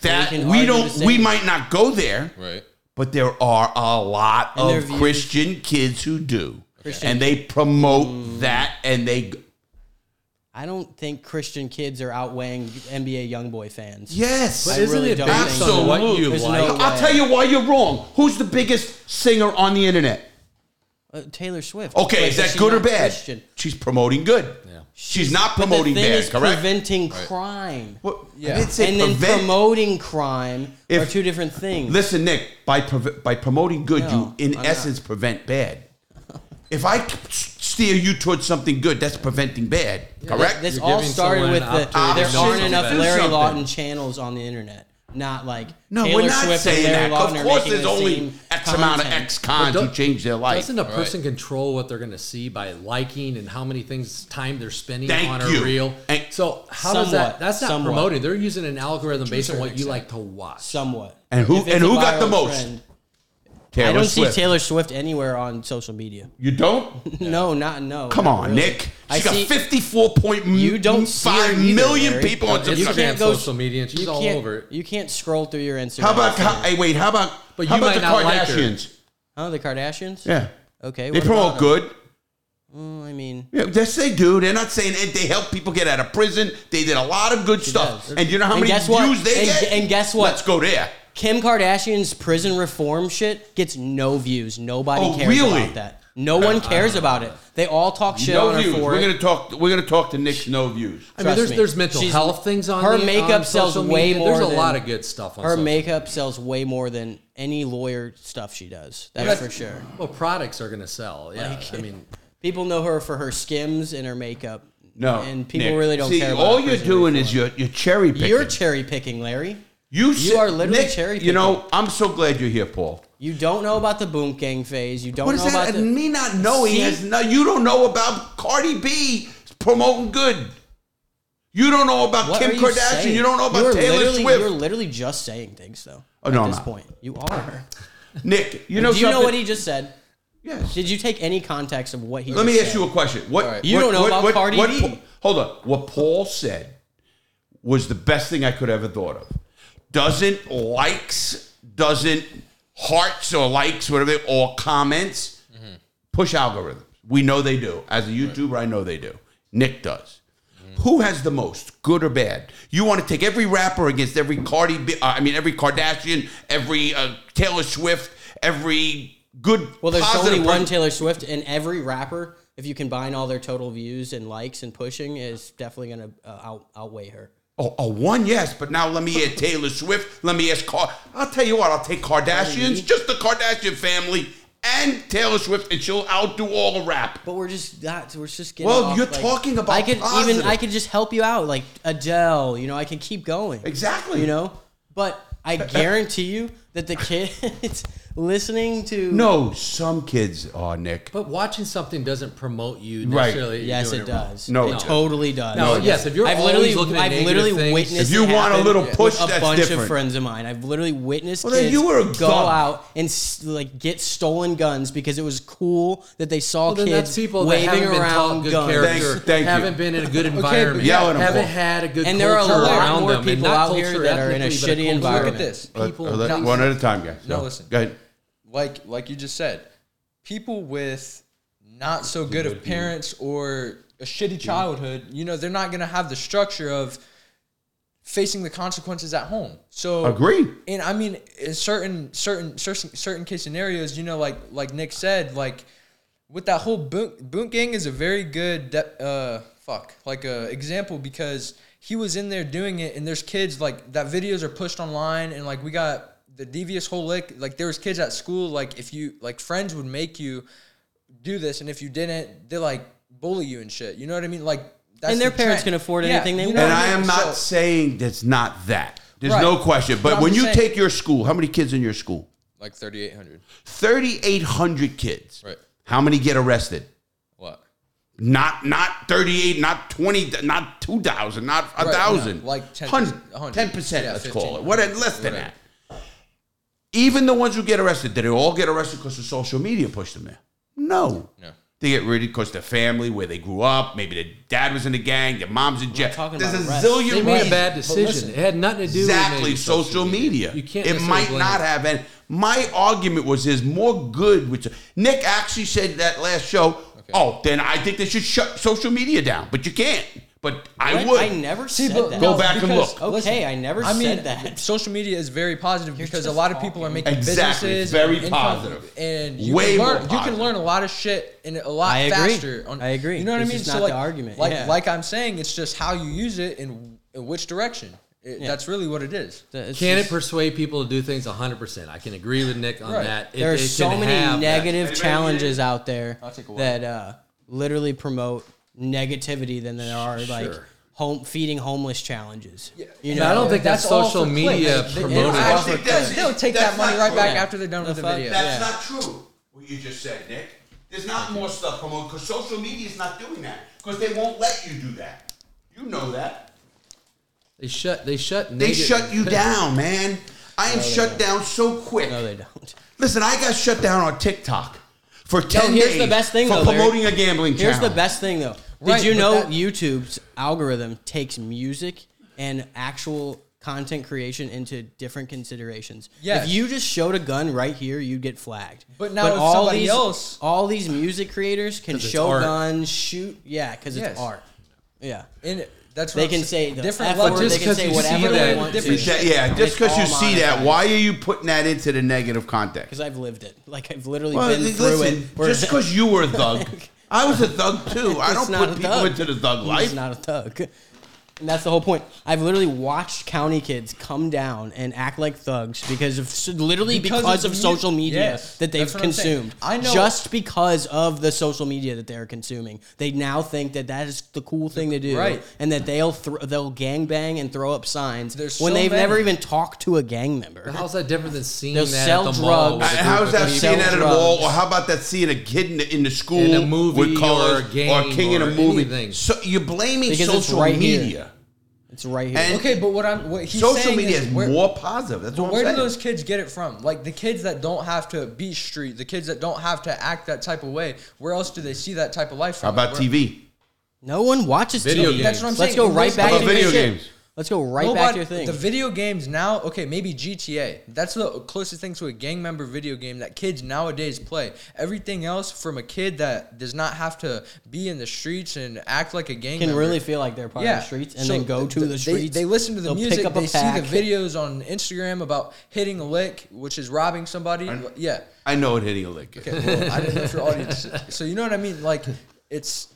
S5: That
S6: We can
S5: we
S6: argue
S5: don't
S6: the same.
S5: we might not go there,
S7: Right.
S5: but there are a lot
S6: And their
S5: of
S6: views.
S5: Christian kids who do. And they promote
S6: Mm.
S5: that and they g-
S6: I don't think Christian kids are outweighing NBA YoungBoy fans.
S5: Yes.
S8: But
S6: I
S8: isn't
S6: really
S8: it
S6: don't
S8: based
S5: think
S8: on
S5: so.
S8: what you
S6: There's
S8: like?
S6: no-
S5: I'll tell you why you're wrong. Who's the biggest singer on the internet?
S6: Uh, Taylor Swift.
S5: Okay,
S6: Like,
S5: is that
S6: she
S5: good or
S6: not
S5: bad?
S6: Christian?
S5: She's promoting good. She's not
S6: The
S5: promoting
S6: thing
S5: bad,
S6: is
S5: correct?
S6: preventing crime.
S5: What- I
S7: Yeah.
S5: didn't say
S6: and then
S5: prevent.
S6: promoting crime are
S5: If-
S6: two different things.
S5: Listen, Nick, by prov- by promoting good,
S6: No,
S5: you in
S6: I'm not.
S5: essence prevent bad. If I c- steer you towards something good, that's preventing bad, correct?
S6: This
S8: You're
S6: all
S8: giving
S6: started
S8: someone
S6: with
S8: an
S6: the
S5: to
S8: opportunity
S6: there
S5: do
S6: aren't
S5: something.
S6: enough
S5: Do
S6: Larry
S5: something.
S6: Lawton channels on the internet. Not like
S5: no,
S6: Taylor
S5: we're not
S6: Swift
S5: saying
S6: and Larry
S5: that.
S6: Lawton
S5: Of
S6: are
S5: course,
S6: making
S5: there's
S6: the
S5: only
S6: same
S5: X amount of
S6: content.
S5: ex cons who
S8: don't-
S5: change their life.
S8: Doesn't a person control what they're going to see by liking and how many things time they're spending
S5: Thank
S8: on
S5: you.
S8: a reel?
S5: And-
S8: so how does
S6: Somewhat.
S8: that? That's not
S6: Somewhat.
S8: promoting. They're using an algorithm based on
S7: certain
S8: what you
S7: extent.
S8: like to watch.
S6: Somewhat.
S5: And who-
S6: If it's
S5: and
S6: a
S5: who got the
S6: viral
S5: most?
S6: trend-
S5: Taylor
S6: I don't
S5: Swift.
S6: see Taylor Swift anywhere on social media.
S5: You don't?
S6: No, not no.
S5: Come
S6: not
S5: on,
S6: really.
S5: Nick.
S6: I
S5: She got
S6: see-
S5: 54.5
S6: You don't see her either,
S5: million
S6: Larry.
S5: people on
S8: You
S5: Instagram.
S8: can't
S6: can't go-
S8: social media. And she's
S6: you
S8: all
S6: can't-
S8: over it.
S6: You can't scroll through your Instagram.
S5: How about
S6: feed.
S5: how, hey, wait? How about
S8: But
S5: how
S8: you
S5: about
S8: might
S5: the
S8: not like her.
S5: Kardashians?
S6: Oh, the Kardashians?
S5: yeah,
S6: Okay.
S5: they
S6: what
S5: promote
S6: about
S5: good.
S6: them? Well, I mean,
S5: Yeah, yes, they do. They're not saying and they help people get out of prison. They did a lot of good stuff.
S6: does.
S5: And you know how
S6: And
S5: many
S6: guess
S5: views
S6: what?
S5: they
S6: And-
S5: get?
S6: and guess what?
S5: Let's go there.
S6: Kim Kardashian's prison reform shit gets no views. Nobody
S5: Oh,
S6: cares
S5: really? Uh,
S6: about that. No one cares about it. They all talk shit
S5: no
S6: on her
S5: views.
S6: for
S5: We're
S6: it.
S5: gonna talk. We're gonna talk to Nick's no views.
S8: I mean,
S6: Trust
S8: there's,
S6: me.
S8: there's mental
S6: She's-
S8: health things on
S6: her
S8: the-
S6: makeup
S8: on
S6: sells
S8: social
S6: way
S8: media.
S6: more
S8: There's a
S6: than-
S8: lot of good stuff on
S6: her
S8: social
S6: makeup sells way more than any lawyer stuff she does. That's for sure.
S8: Well, products are going to sell. Yeah, I mean,
S6: People know her for her skims and her makeup.
S5: No,
S6: and people
S5: Nick.
S6: really don't
S5: See,
S6: care. About
S5: all
S6: her
S5: you're
S6: prison
S5: doing is
S6: reform.
S5: you're, you're cherry picking.
S6: you're cherry picking, Larry.
S5: you, si-
S6: are literally
S5: Nick,
S6: cherry
S5: You know, I'm so glad you're here, Paul.
S6: You don't know about the boom gang phase. You don't
S5: What
S6: know
S5: is that?
S6: about the,
S5: And me not knowing
S6: See?
S5: has no, you don't know about Cardi B promoting good. You don't know about
S6: What
S5: Kim
S6: are you
S5: Kardashian.
S6: saying?
S5: You don't know about
S6: You're
S5: Taylor
S6: literally-
S5: Swift.
S6: You're literally just saying things though.
S5: Oh,
S6: at
S5: no, I'm
S6: this
S5: not.
S6: point you are.
S5: Nick, you know
S6: Do you know
S5: something?
S6: what he just said?
S5: Yes.
S6: Did you take any context of what he?
S5: Let
S6: just
S5: me
S6: said?
S5: ask you a question. What
S7: right.
S6: You
S5: what-
S6: don't know
S5: what-
S6: about
S5: what-
S6: Cardi
S5: what
S6: B.
S5: Pa- hold on. What Paul said was the best thing I could ever thought of. Doesn't likes, doesn't hearts or likes, whatever, or comments push algorithms. We know they do. As a YouTuber, I know they do. Nick does. Who has the most, good or bad? You want to take every rapper against every Cardi, B, uh, I mean every Kardashian, every uh, Taylor Swift, every good.
S6: Well, there's
S5: positive
S6: only one
S5: person-
S6: Taylor Swift, and every rapper, if you combine all their total views and likes and pushing, is definitely going to uh, out, outweigh her.
S5: Oh, oh, one yes, but now let me add Taylor Swift. Let me ask Car. I'll tell you what. I'll take Kardashians, just the Kardashian family, and Taylor Swift, and she'll outdo all the rap.
S6: But we're just not. We're just getting.
S5: Well,
S6: off,
S5: you're
S6: like-
S5: talking about
S6: I could
S5: positive.
S6: even. I could just help you out, like Adele. You know, I could keep going.
S5: Exactly.
S6: You know, but I guarantee you that the kids listening to
S5: No, some kids are Nick.
S8: but watching something doesn't promote you
S5: Right.
S8: necessarily. that you're
S6: Yes,
S8: doing
S6: it
S8: wrong.
S6: does.
S5: No,
S6: it
S5: no.
S6: totally does.
S8: No, yes, if you're
S6: I've
S8: always
S6: literally,
S8: looking at
S6: I've
S8: negative
S6: literally
S8: things-
S5: If
S6: witnessed.
S5: you
S6: it
S5: want a
S6: happen
S5: little push,
S6: with a
S5: that's
S6: bunch
S5: different.
S6: of friends of mine. I've literally witnessed
S5: Well, then
S6: kids
S5: you were a
S6: go
S5: thug.
S6: out and s- like get stolen guns because it was cool that they saw
S8: Well, then
S6: kids
S8: that's people that
S6: waving
S8: haven't been
S6: around
S8: taught good
S6: guns.
S5: Thank-
S8: character,
S5: thank you.
S8: haven't been in a good environment,
S5: yell at 'em,
S8: haven't
S5: Paul.
S8: had a good
S6: And
S8: culture
S6: there are a lot
S8: around
S6: more
S8: them, and
S6: people
S8: not
S6: out here
S8: culture
S6: that are in a
S8: ethnically, but
S6: shitty
S8: culture.
S6: environment.
S7: Look at this.
S5: Let-
S8: People
S5: Uh, let-
S8: not-
S5: one at a time, guys.
S7: No,
S5: So,
S7: listen.
S5: Go ahead.
S7: like like you just said, people with not so good of parents or a shitty childhood, you know, they're not gonna have the structure of facing the consequences at home. So
S5: Agree.
S7: And I mean, in certain certain certain certain case scenarios, you know, like like Nick said, like with that whole boot boot gang is a very good de- uh fuck like a example because he was in there doing it and there's kids like that videos are pushed online and like we got the devious whole lick like there was kids at school like if you like friends would make you do this and if you didn't they like bully you and shit you know what i mean like that's
S6: And their
S7: the
S6: parents
S7: trend.
S6: can afford
S7: Yeah,
S6: anything they
S7: you know
S6: want.
S5: And
S7: what
S5: I am not
S7: So-
S5: saying that's not that. There's
S7: Right.
S5: no question. But,
S7: But I'm
S5: when you
S7: just saying-
S5: take your school, how many kids in your school?
S7: like 3,800.
S5: 3,800 kids.
S7: Right.
S5: How many get arrested?
S7: What?
S5: Not not 38, not 20, not 2,000, not a
S7: Right,
S5: 1,000.
S7: yeah, like 10%, 100,
S5: 10%,
S7: yeah,
S5: let's
S7: 15,
S5: call it. What, less than
S7: whatever.
S5: that. Even the ones who get arrested, did they all get arrested because the social media pushed them there? No.
S7: No.
S5: They get rid because their family, where they grew up, maybe their dad was in the gang, their mom's in jail.
S6: talking
S5: There's
S6: about
S5: a
S6: arrest.
S5: zillion
S8: They made
S5: reasons.
S8: a bad decision.
S7: listen,
S8: it had nothing to do with
S5: Exactly,
S8: maybe
S5: social media.
S8: You can't.
S5: It
S8: necessarily
S5: might
S8: blame
S5: not
S8: it.
S5: have any. My argument was there's more good. Which Nick actually said that last show. Oh, then I think they should shut social media down, but you can't. But I
S6: What?
S5: would.
S6: I never
S7: See,
S6: said
S7: but
S6: that.
S5: Go back and
S7: because-
S5: look.
S6: Okay, I never
S7: I mean,
S6: said that.
S7: social media is very positive because a
S6: just
S7: lot of people are making
S5: Exactly,
S7: businesses.
S5: very
S7: and
S5: positive.
S7: and you
S5: Way
S7: can
S5: more
S7: learn, you
S5: positive.
S7: can learn a lot of shit and a lot
S6: I agree.
S7: faster. On,
S6: I agree.
S7: You know what
S6: This
S7: I mean?
S6: is not
S7: like,
S6: the argument,
S7: like
S6: yeah.
S7: like I'm saying, it's just how you use it and in which direction. It, That's really what it is.
S6: It's
S8: Can it
S6: just-
S8: persuade people to do things? 100%. I can agree with Nick on
S7: Right.
S8: that. It-
S6: there are
S8: it
S6: so
S8: can
S6: many
S8: have that.
S6: negative challenges out there
S7: take a walk.
S6: that uh, literally promote negativity than there are like home feeding homeless challenges. You
S8: But I don't think that's
S7: all for
S8: social media
S7: clicks. They- they-
S8: promoted.
S7: I
S8: Well,
S7: think
S5: for clicks.
S7: They'll they'll take
S5: That's
S7: that money
S5: not
S7: right
S5: true.
S7: back after they're done with the
S6: fuck?
S7: video.
S5: That's not true. What you just said, Nick. There's not more stuff promoted because social media is not doing that because they won't let you do that. You know that.
S8: They shut. They shut.
S5: They shut you down, man. I am shut down so quick.
S6: No, they don't.
S5: Listen, I got shut down on TikTok for ten
S6: here's
S5: days
S6: the best thing,
S5: for
S6: though, Larry.
S5: promoting a gambling
S6: Here's
S5: channel.
S6: the best thing though.
S7: Right,
S6: Did you
S7: but
S6: know
S7: that-
S6: YouTube's algorithm takes music and actual content creation into different considerations?
S7: Yes.
S6: If you just showed a gun right here, you'd get flagged.
S7: But now if somebody
S6: these,
S7: else-
S6: all these music creators can
S8: 'Cause it's
S6: show
S8: art.
S6: guns, shoot. Yeah, because
S7: Yes.
S6: it's art. Yeah.
S7: And that's what
S6: They
S7: I'm
S6: can say
S7: saying.
S6: the
S7: different
S6: F
S7: levels.
S6: word,
S8: Just
S6: they can
S8: 'cause
S6: say
S8: you see
S6: whatever
S8: that-
S6: they want
S7: different
S6: to.
S7: shit.
S5: yeah, just
S6: It's
S5: because you
S6: all
S5: see that,
S6: monetized.
S5: why are you putting that into the negative context?
S6: Because I've lived it. Like I've literally
S5: Well,
S6: been through
S5: listen,
S6: it. Where-
S5: just because you were a thug, I was a thug too. I
S6: It's
S5: don't
S6: not
S5: put
S6: a
S5: people
S6: thug.
S5: into the thug
S6: He's
S5: life.
S6: not a thug. And that's the whole point. I've literally watched county kids come down and act like thugs because of s- literally because,
S7: Because
S6: of,
S7: of mu-
S6: social media
S7: Yes,
S6: that they've
S7: that's what I'm saying.
S6: consumed.
S7: I know-
S6: just because of the social media that they're consuming, they now think that that is the cool thing to do,
S7: Right.
S6: And that they'll thro- they'll gangbang and throw up signs
S7: There's
S6: when
S7: so
S6: they've never
S7: many.
S6: even talked to a gang member.
S8: How's that different than seeing
S6: They'll
S8: that
S6: sell
S8: at the mall?
S6: drugs.
S8: with a
S5: Uh,
S8: group
S5: How's
S8: of
S5: that
S8: people?
S5: seeing that at a
S6: drugs.
S5: mall? Or how about that seeing a kid in the, in the school
S8: In a movie
S5: with colors
S8: or a game
S5: king in a
S8: or
S5: movie?
S8: anything.
S5: So you're blaming
S6: Because it's
S5: social
S6: right here.
S5: media.
S6: It's right here.
S5: And
S7: Okay, but what I'm what he's
S5: social
S7: saying
S5: media
S7: is
S5: is
S7: where-
S5: more positive. That's what I'm
S7: Where do
S5: saying.
S7: those kids get it from? Like the kids that don't have to be street, the kids that don't have to act that type of way. Where else do they see that type of life
S5: how
S7: from?
S5: about
S7: Where-
S5: TV?
S6: no one watches
S8: Video
S6: TV.
S8: games. That's
S7: what I'm
S6: Let's
S7: saying.
S6: go
S7: It
S6: right
S7: goes
S6: back
S7: back
S6: to
S7: to
S6: your
S5: video
S6: shit.
S5: games.
S6: Let's go right
S7: Nobody-
S6: back to your thing.
S7: The video games now, okay, maybe GTA. That's the closest thing to a gang member video game that kids nowadays play. Everything else from a kid that does not have to be in the streets and act like a gang
S6: can
S7: member.
S6: really feel like they're part of the streets and
S7: So
S6: then go to
S7: th-
S6: the
S7: they-
S6: streets.
S7: They, listen to the
S6: they'll
S7: music.
S6: Pick up
S7: they
S6: a
S7: see
S6: pack.
S7: the videos on Instagram about hitting a lick, which is robbing somebody. Yeah.
S5: I know what hitting a lick is.
S7: Okay, well, I didn't know if your audience. So you know what I mean? Like it's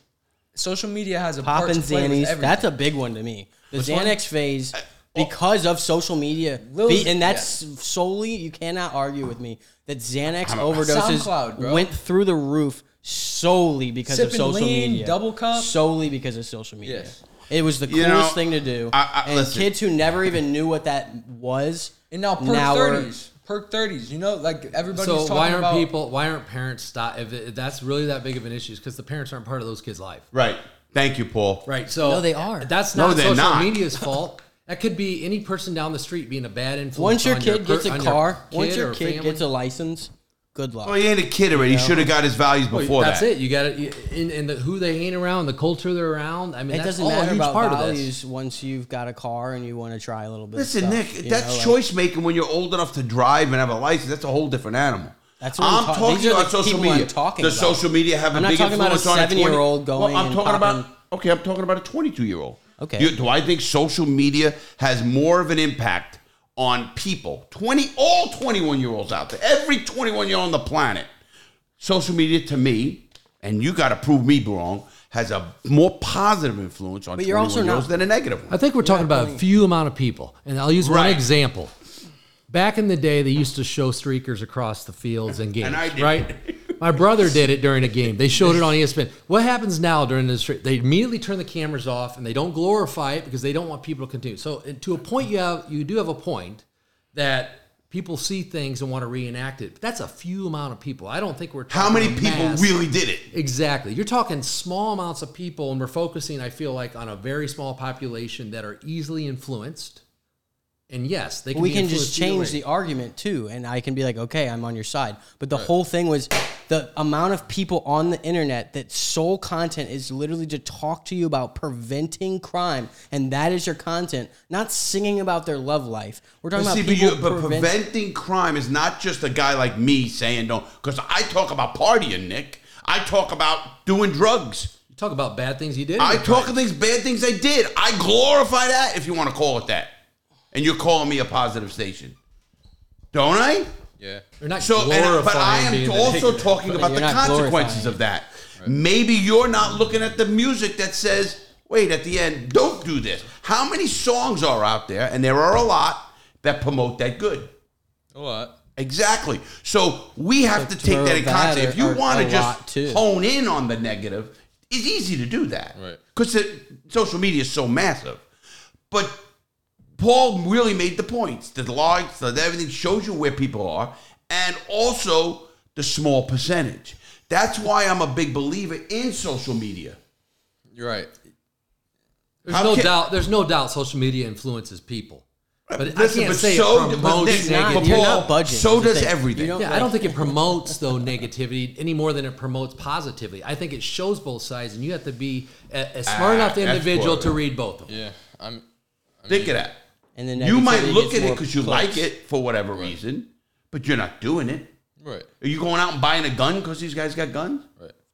S7: social media has a
S6: Pop
S7: part
S6: and
S7: to play with
S6: Xannies.
S7: everything. Uh,
S6: That's a big one to me. The Xanax phase, because of social media,
S7: Lil-
S6: be- and that's solely you cannot argue with me that Xanax overdoses
S7: SoundCloud, bro.
S6: went through the roof solely because of
S7: Sippin'
S6: social
S7: lean,
S6: media.
S7: double cup.
S6: solely because of social media.
S7: Yes.
S6: It was the
S5: You
S6: coolest
S5: know,
S6: thing to do,
S5: I- I-
S6: and
S5: listen.
S6: kids who never even knew what that was.
S7: and now perk
S6: are-
S7: thirties, perk thirties. You know, like everybody's
S8: So
S7: talking
S8: why aren't
S7: about
S8: people? Why aren't parents stop? If, it- if that's really that big of an issue, is because the parents aren't part of those kids' life.
S5: Right. Thank you, Paul.
S8: Right. So
S6: No, they are.
S8: That's
S5: No,
S8: not
S5: they're
S8: social
S5: not.
S8: media's fault. That could be any person down the street being a bad influence.
S6: Once your
S8: on
S6: kid
S8: per-
S6: gets a
S8: on
S6: car, once
S8: kid
S6: your
S8: or
S6: kid
S8: family.
S6: gets a license, good luck.
S5: Well, Oh, he ain't a kid already. He should have got his values before
S8: that's
S5: that.
S8: it. You got to and, and the, who they hang around, the culture they're around. I mean,
S6: It
S8: that's
S6: doesn't
S8: all a
S6: matter
S8: huge
S6: about
S8: part of this.
S6: values once you've got a car and you want to try a little bit.
S5: Listen,
S6: of stuff,
S5: Nick,
S6: you
S5: that's
S6: know, like-
S5: choice making when you're old enough to drive and have a license. That's a whole different animal.
S6: That's what I'm
S5: I'm
S6: ta- these
S5: talking
S6: are the
S5: about social
S6: people
S5: media.
S6: I'm talking
S5: Does
S6: about.
S5: social media have
S6: I'm
S5: a
S6: not
S5: big
S6: talking about a
S5: influence on a 20
S6: seven-year-old going
S5: Well, I'm
S6: and
S5: talking
S6: popping-
S5: about okay. I'm talking about a 22 year old.
S6: Okay.
S5: Do, do I think social media has more of an impact on people? 20 all 21 year olds out there. Every 21 year old on the planet. Social media to me, and you got to prove me wrong, has a more positive influence on
S6: But you're also
S5: 21 year olds
S6: not-
S5: than a negative one.
S8: I think we're talking about a few amount of people, and I'll use
S5: Right.
S8: one example. Back in the day, they used to show streakers across the fields and games,
S5: I did.
S8: right? My brother did it during a game. They showed it on E ESPN. What happens now during this? They immediately turn the cameras off and they don't glorify it because they don't want people to continue. So and to a point, you have you do have a point that people see things and want to reenact it. But that's a few amount of people. I don't think we're
S5: How
S8: talking
S5: many
S8: a
S5: people
S8: mass.
S5: really did it?
S8: Exactly. You're talking small amounts of people, and we're focusing, I feel like, on a very small population that are easily influenced. And yes, they can
S6: we
S8: be
S6: can just change
S8: influenced
S6: the
S8: either way.
S6: argument too, and I can be like, okay, I'm on your side. But the whole thing was the amount of people on the internet that sole content is literally to talk to you about preventing crime, and that is your content, not singing about their love life. We're talking
S5: But see,
S6: about
S5: but,
S6: people
S5: you, but
S6: prevent-
S5: preventing crime is not just a guy like me saying don't. Because I talk about partying, Nick. I talk about doing drugs.
S8: You talk about bad things you did. in
S5: I
S8: your
S5: talk
S8: time.
S5: of these bad things I did. I glorify that, if you want to call it that. And you're calling me a positive station, don't I?
S7: Yeah.
S8: You're not
S5: So, and, but I
S8: glorifying
S5: am
S8: being the
S5: also
S8: negative.
S5: talking about
S6: you're
S5: the
S6: not
S5: consequences
S6: glorifying
S5: of that. Maybe you're not looking at the music that says, "Wait, at the end, don't do this." How many songs are out there, and there are a lot that promote that good.
S7: A lot.
S5: Exactly. So we have to
S6: So
S5: take that in
S6: throw
S5: context.
S6: that
S5: If you
S6: or-
S5: want
S6: a
S5: to
S6: lot, too.
S5: just hone in on the negative, it's easy to do that.
S7: Right.
S5: Because social media is so massive. But Paul really made the points. The likes, the everything shows you where people are, and also the small percentage. That's why I'm a big believer in social media.
S7: You're right.
S8: There's
S5: How
S8: no
S5: can-
S8: doubt. There's no doubt. Social media influences people, but I
S5: Listen,
S8: can't
S5: but
S8: say
S5: so- but
S8: it promotes
S5: Nick, but
S8: negativity.
S6: You're
S5: Paul,
S6: not budging,
S5: So
S6: is the
S5: does
S6: thing.
S5: everything.
S6: You don't-
S8: Yeah, I don't think it promotes though negativity any more than it promotes positivity. I think it shows both sides, and you have to be a, a smart
S5: Ah,
S8: enough
S5: that's
S8: individual
S5: part of
S8: to
S5: it.
S8: read both of them.
S7: Yeah. I'm.
S5: Think of that.
S6: and then
S5: You might look at it because you like it for whatever reason, but you're not doing it.
S7: Right.
S5: Are you going out and buying a gun because these guys got guns?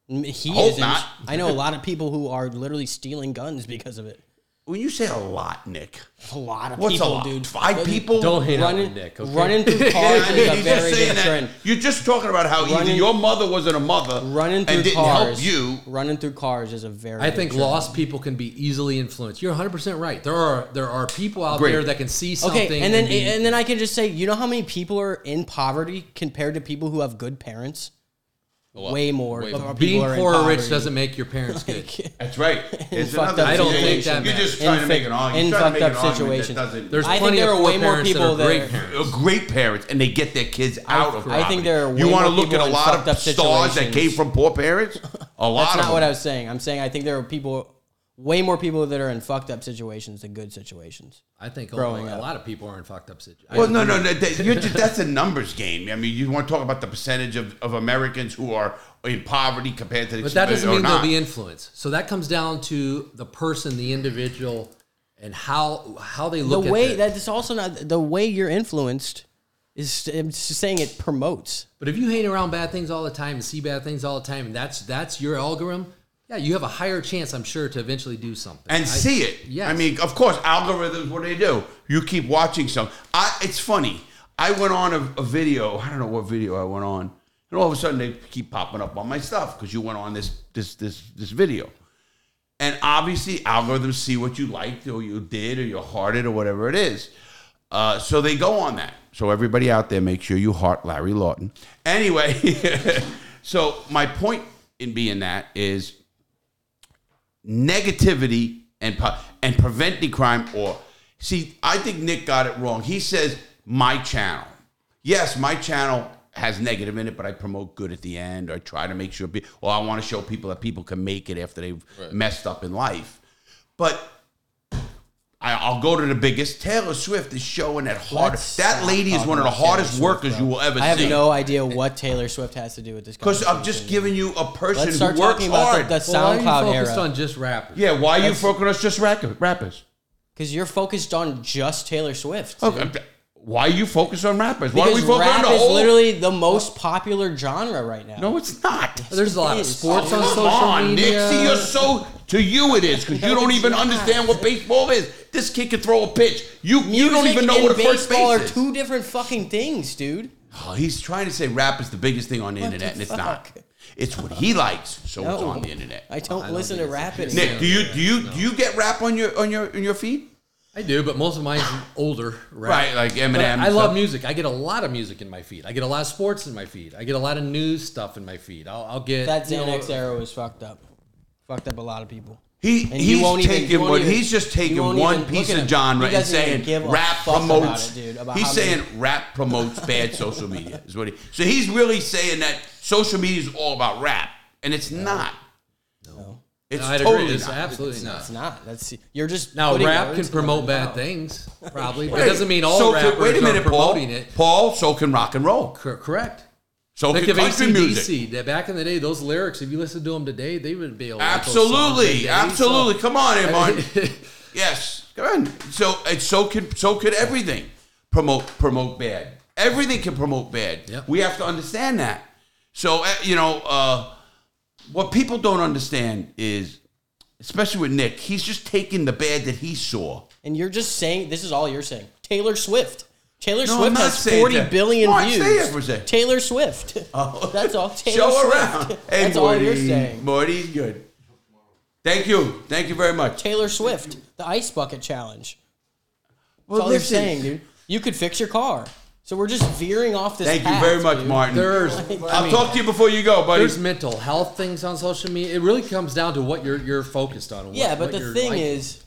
S6: He
S5: Hope
S6: isn't.
S5: not.
S6: I know a lot of people who are literally stealing guns because of it.
S5: When you say a lot, Nick,
S6: A lot of
S5: what's
S6: people,
S5: a lot?
S6: dude.
S5: Five
S6: Look,
S5: people?
S8: Don't hate on me,
S6: running,
S8: Nick. Okay?
S6: running through
S5: Yeah,
S6: cars
S5: I mean,
S6: is a
S5: you're just
S6: very
S5: saying
S6: good
S5: that.
S6: trend.
S5: You're just talking about how either
S6: Running-
S5: your mother wasn't a mother
S6: Running through
S5: and didn't
S6: cars,
S5: help you.
S6: Running through cars is a very.
S8: I
S6: good
S8: think
S6: trend.
S8: lost people can be easily influenced. You're 100 percent right. There are there are people out
S5: Great.
S8: there that can see something.
S6: Okay, and then
S8: be-
S6: and then I can just say, you know how many people are in poverty compared to people who have good parents? Way more.
S7: Way
S6: But
S7: more.
S6: people
S8: being
S6: are in
S8: poor or rich
S6: poverty.
S8: doesn't make your parents good.
S5: That's right. It's
S6: fucked
S5: another
S6: up
S5: I don't think that
S8: situation.
S5: you're just
S6: In
S5: trying to
S6: fuck-
S5: make an argument.
S6: in
S5: You're trying to make an
S6: fucked up
S5: argument that
S6: situations.
S5: doesn't-
S8: There's
S6: I think
S8: plenty
S6: there
S8: of
S6: are
S8: poor
S6: way more
S8: parents that
S6: people
S8: are great
S6: that are-
S8: parents.
S5: Uh, great parents and they get their kids out of poverty.
S6: I think there are way
S5: you wanna
S6: more
S5: look at
S6: people
S5: a
S6: in
S5: lot
S6: fucked
S5: of
S6: up
S5: stars that
S6: situations.
S5: came from poor parents? A lot
S6: That's
S5: of
S6: not
S5: them.
S6: what I was saying. I'm saying I think there are people, way more people that are in fucked up situations than good situations.
S8: I think a,
S6: Growing
S8: a
S6: up.
S8: lot of people are in fucked up situations.
S5: Well, no, no, no that, you're just, that's a numbers game. I mean, you want to talk about the percentage of, of Americans who are in poverty compared to the
S8: But that doesn't mean
S5: not.
S8: they'll be influenced. So that comes down to the person, the individual, and how how they
S6: The
S8: look. at
S6: way
S8: it.
S6: that's also not the way you're influenced is I'm just saying it promotes.
S8: But if you hang around bad things all the time and see bad things all the time, and that's that's your algorithm, yeah, you have a higher chance, I'm sure, to eventually do something.
S5: and
S8: I-
S5: see it.
S8: Yes.
S5: I mean, of course, algorithms. What do they do? You keep watching some. I. It's funny. I went on a, a video. I don't know what video I went on, and all of a sudden they keep popping up on my stuff because you went on this this this this video. And obviously, algorithms see what you liked or you did or you hearted or whatever it is. Uh, so they go on that. So everybody out there, make sure you heart Larry Lawton. Anyway, so my point in being that is negativity and po- and preventing crime or see i think nick got it wrong he says my channel yes my channel has negative in it but i promote good at the end or I try to make sure be, or i want to show people that people can make it after they've messed up in life but I, I'll go to the biggest. Taylor Swift is showing that hard.
S6: Let's
S5: That
S6: stop
S5: lady is
S6: talking
S5: one of the
S6: about Taylor
S5: hardest
S6: Swift,
S5: workers
S6: bro.
S5: you will ever
S6: I have
S5: see.
S6: no idea what Taylor Swift has to do with this.
S5: because I'm
S6: conversation.
S5: just giving you a person
S6: Let's start
S5: who works
S6: talking about
S5: hard.
S6: the, the
S8: Well, why are
S6: SoundCloud
S8: you focused
S6: era.
S8: on just rappers?
S5: yeah, why are you focusing on just rap- rappers?
S6: Because you're focused on just Taylor Swift.
S5: Okay. I'm- Why are you focused on rappers? Why
S6: Because
S5: are we focused on
S6: rap
S5: the
S6: is
S5: whole?
S6: literally the most popular genre right now.
S5: no, it's not.
S8: There's a lot of
S6: It is.
S8: sports
S5: Oh,
S8: on
S5: come
S8: social
S5: on,
S8: media.
S5: Nick. See, you're so to you it is because you
S6: No,
S5: don't
S6: it's
S5: even
S6: not.
S5: understand what baseball is. This kid can throw a pitch. You you don't
S6: Music
S5: even know
S6: and
S5: what a first
S6: baseball
S5: base
S6: are
S5: is.
S6: two different fucking things, dude.
S5: Oh, he's trying to say rap is the biggest thing on the internet, and it's not.
S6: fuck?
S5: It's what he likes, so it's
S6: No.
S5: on the internet.
S6: I don't listen to rap anymore.
S5: Nick, do you do you do you get rap on your on your on your feed?
S8: I do, but most of mine's older, right?
S5: Ah. Right, like Eminem
S8: But I
S5: and
S8: love
S5: stuff.
S8: music. I get a lot of music in my feed. I get a lot of sports in my feed. I get a lot of news stuff in my feed. I'll, I'll get
S6: That
S8: you know,
S6: Xanax
S5: uh,
S6: arrow is fucked up. Fucked up a lot of people.
S5: He
S6: And
S5: he's
S6: you won't even-
S5: taking
S6: you won't
S5: what
S6: even-
S5: he's just
S6: you
S5: taking
S6: won't
S5: one
S6: even
S5: piece
S6: look at
S5: of
S6: him.
S5: genre
S6: He
S5: and
S6: doesn't even
S5: saying
S6: give a
S5: rap
S6: fuck about
S5: promotes.
S6: it, dude, about
S5: he's
S6: how
S5: saying
S6: many-
S5: rap promotes bad social media is what he. So he's really saying that social media is all about rap, and it's not.
S6: No.
S5: It's
S8: I'd agree.
S5: totally
S8: It's
S5: not.
S8: absolutely not.
S6: It's not. That's you're just
S8: Now,
S6: putting
S8: rap
S6: words
S8: can
S6: in
S8: promote
S6: their
S8: bad
S6: mouth.
S8: things, probably, but
S5: Wait,
S8: it doesn't mean all
S5: so can-
S8: rappers
S5: wait a minute,
S8: are promoting
S5: Paul.
S8: it.
S5: Paul, so can rock and roll.
S8: Cor- correct.
S5: So
S8: Think
S5: can
S8: of
S5: country music.
S8: AC/DC. That Back in the day, those lyrics, if you listen to them today, they would be able to write those songs
S5: Absolutely,
S8: today.
S5: absolutely.
S8: So-
S5: Come on,
S8: I
S5: Iman.
S8: mean,
S5: yes, come on. So and so could so could everything promote promote bad. Everything can promote bad.
S8: Yep.
S5: We have to understand that. So uh, you know uh, what people don't understand is, especially with Nick, he's just taking the bad that he saw.
S6: And you're just saying this is all you're saying. Taylor Swift. Taylor
S5: No, I'm
S6: Swift
S5: not
S6: has
S5: saying
S6: forty
S5: that.
S6: billion
S5: Mark,
S6: views.
S5: say it for a second.
S6: Taylor Swift. That's all. Taylor
S5: Show
S6: Swift.
S5: around. E. Hey,
S6: That's
S5: Morty.
S6: all you're saying.
S5: Morty's good. Thank you. Thank you very much.
S6: Taylor Swift. The ice bucket challenge.
S5: Well,
S6: That's all
S5: listen.
S6: you're saying, dude. You could fix your car. So we're just veering off this.
S5: Thank
S6: path,
S5: you very much,
S6: dude.
S5: Martin.
S8: There's,
S5: I'll
S8: I mean,
S5: talk to you before you go, buddy.
S8: there's mental health things on social media. It really comes down to what you're you're focused on. and
S6: Yeah,
S8: what-
S6: but
S8: what
S6: the
S8: you're
S6: thing
S8: liking.
S6: is,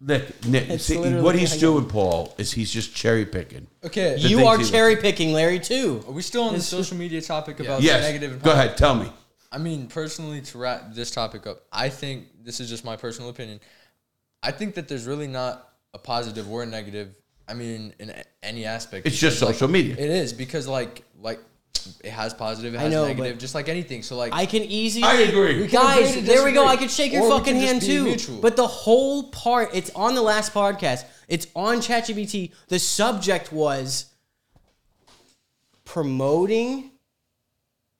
S5: Nick, Nick,
S6: It's
S5: see,
S6: literally-
S5: what he's doing, Paul, is he's just cherry picking.
S7: Okay,
S5: The
S6: you
S5: things
S6: are
S5: he was-
S6: cherry picking, Larry, too.
S7: are we still on the social media topic about the
S5: Yes,
S7: negative? and
S5: go
S7: positive?
S5: ahead, tell me.
S7: I mean, personally, to wrap this topic up, I think this is just my personal opinion. I think that there's really not a positive or a negative. I mean, in a- any aspect,
S5: It's
S7: because,
S5: just social
S7: like,
S5: media.
S7: It is because like like it has positive, it has
S6: know,
S7: negative,
S6: but
S7: just like anything. So like
S6: I can easily.
S5: I agree. We can
S6: Guys,
S7: agree to
S6: there we go.
S7: disagree.
S6: I can shake your
S7: Or we
S6: fucking
S7: can just
S6: hand
S7: be
S6: too.
S7: mutual.
S6: But the whole part, it's on the last podcast. It's on ChatGPT. The subject was promoting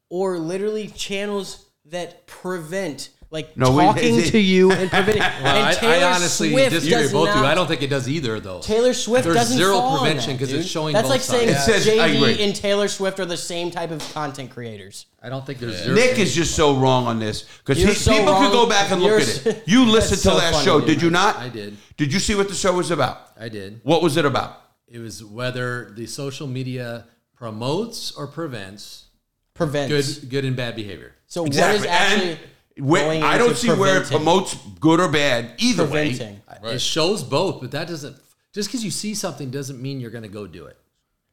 S6: or literally channels that prevent. Like
S5: No, we-
S6: talking to you and preventing.
S8: Well,
S6: and
S8: I,
S6: Taylor
S8: I honestly
S6: Swift
S8: disagree
S6: does
S8: with both of you.
S6: not-
S8: I don't think it does either of those.
S6: Taylor Swift
S8: There's
S6: doesn't
S8: zero
S6: fall
S8: prevention
S6: because
S8: it's showing
S6: That's
S8: both
S6: like saying
S8: sides.
S5: It says- I
S6: JD
S5: agree.
S6: and Taylor Swift are the same type of content creators.
S8: I don't think there's zero.
S5: Nick is just so wrong on this because
S6: You're so
S5: people could go
S6: wrong.
S5: back and look
S6: You're
S5: at
S6: so-
S5: it. You listened to
S6: so
S5: last
S6: funny,
S5: show,
S6: dude.
S5: did you not?
S8: I did.
S5: Did you see what the show was about?
S8: I did.
S5: What was it about?
S8: It was whether the social media promotes or prevents
S6: Prevents.
S8: good good and bad behavior.
S6: So what
S5: Exactly.
S6: is actually
S5: and where-
S6: going
S5: I don't
S6: into
S5: see where it
S6: preventing-
S5: promotes good or bad either way.
S6: preventing?
S8: It shows both, but that doesn't just because you see something doesn't mean you're going to go do it.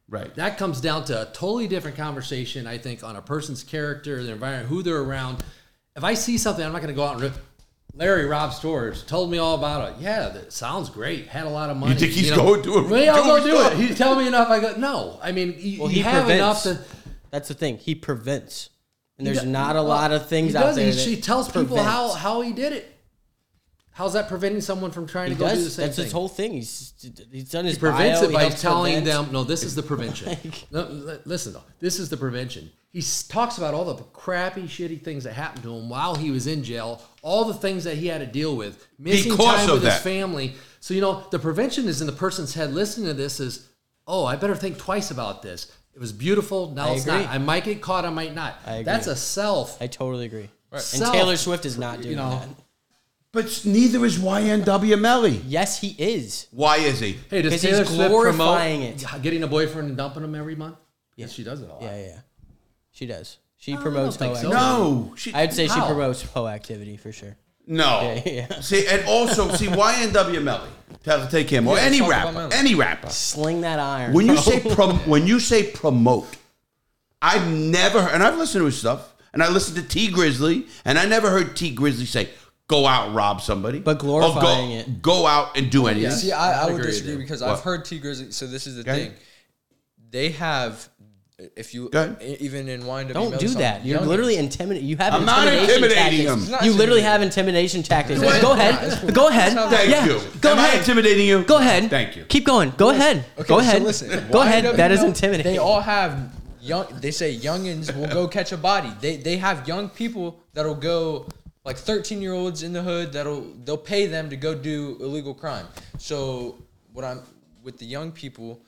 S5: Right.
S8: That comes down to a totally different conversation, I think, on a person's character, their environment, who they're around. If I see something, I'm not going to go out and rip. Larry Rob Storrs told me all about it. Yeah, that sounds great. Had a lot of money.
S5: think he's going to a-
S8: Well, yeah, I'll go
S5: do
S8: do
S5: it.
S8: it. He's telling me enough. I go, no. I mean, you,
S6: Well,
S8: you
S6: he
S8: have
S6: prevents.
S8: enough to.
S6: That's the thing. He prevents, and
S8: He
S6: there's
S8: do-
S6: not a
S8: well,
S6: lot of things
S8: he
S6: out
S8: does.
S6: there.
S8: He-
S6: that
S8: she tells people
S6: prevent.
S8: how how he did it. How's that preventing someone from trying
S6: he
S8: to go do the
S6: does.
S8: same
S6: That's
S8: thing?
S6: his whole thing. He's he's done his
S8: He prevents
S6: bio,
S8: it
S6: he
S8: by
S6: helps
S8: telling
S6: prevent.
S8: them, no, this is the prevention. No, li- listen, though, this is the prevention. He s- talks about all the crappy, shitty things that happened to him while he was in jail, all the things that he had to deal with, missing
S5: Because
S8: time
S5: of
S8: with
S5: that.
S8: his family. So, you know, the prevention is in the person's head listening to this is, oh, I better think twice about this. It was beautiful. Now
S6: I
S8: it's
S6: agree.
S8: not. I might get caught. I might not.
S6: agree.
S8: That's a self.
S6: I totally agree. And
S8: Self-
S6: Taylor Swift is not
S8: you
S6: doing
S8: know.
S6: that.
S5: But neither is YNW Melly.
S6: Yes, he is.
S5: Why is he?
S8: Hey, does
S6: 'Cause he's
S8: Taylor Swift promote
S6: glorifying it.
S8: getting a boyfriend and dumping him every month? Yes, she does it a lot.
S6: Yeah, yeah. yeah. She does. She promotes
S8: think
S6: proactivity.
S8: so.
S5: No. She,
S6: I'd say she
S8: How?
S6: promotes proactivity for sure.
S5: No.
S6: Yeah, yeah.
S5: See, and also see YNW Melly. Tell take him or
S7: Yeah,
S5: any
S7: talk about
S5: rapper,
S7: Melly.
S5: any rapper.
S6: Sling that iron.
S5: When you
S6: bro.
S5: say prom, when you say promote, I've never heard, and I've listened to his stuff, and I listened to T Grizzly, and I never heard T Grizzly say go out and rob somebody,
S6: But
S5: Or go-
S6: glorifying it.
S5: Go out and do anything.
S7: See, I, I, would
S8: agree with
S7: disagree
S8: you.
S7: because
S5: What?
S7: I've heard T Grizzly. So this is the
S5: Go ahead.
S7: thing. They have, if you
S5: Go ahead.
S7: e- even in wind up,
S6: Don't do that. You're literally intimidating. You have
S5: I'm not
S6: intimidation
S5: intimidating
S6: tactics.
S5: him.
S7: not
S6: You literally
S7: intimidating.
S6: have intimidation tactics.
S5: What?
S6: Go ahead. Go ahead.
S5: Thank
S6: Yeah.
S5: you.
S6: Go
S5: Am I
S6: ahead.
S5: intimidating you?
S6: Go ahead.
S5: Thank you.
S6: Keep going. Go ahead. Go ahead. Go ahead. That is intimidating.
S7: They all have young. They say youngins will go catch a body. They they have young people that'll go like thirteen year olds in the hood that'll they'll pay them to go do illegal crime. So what I'm with the young people,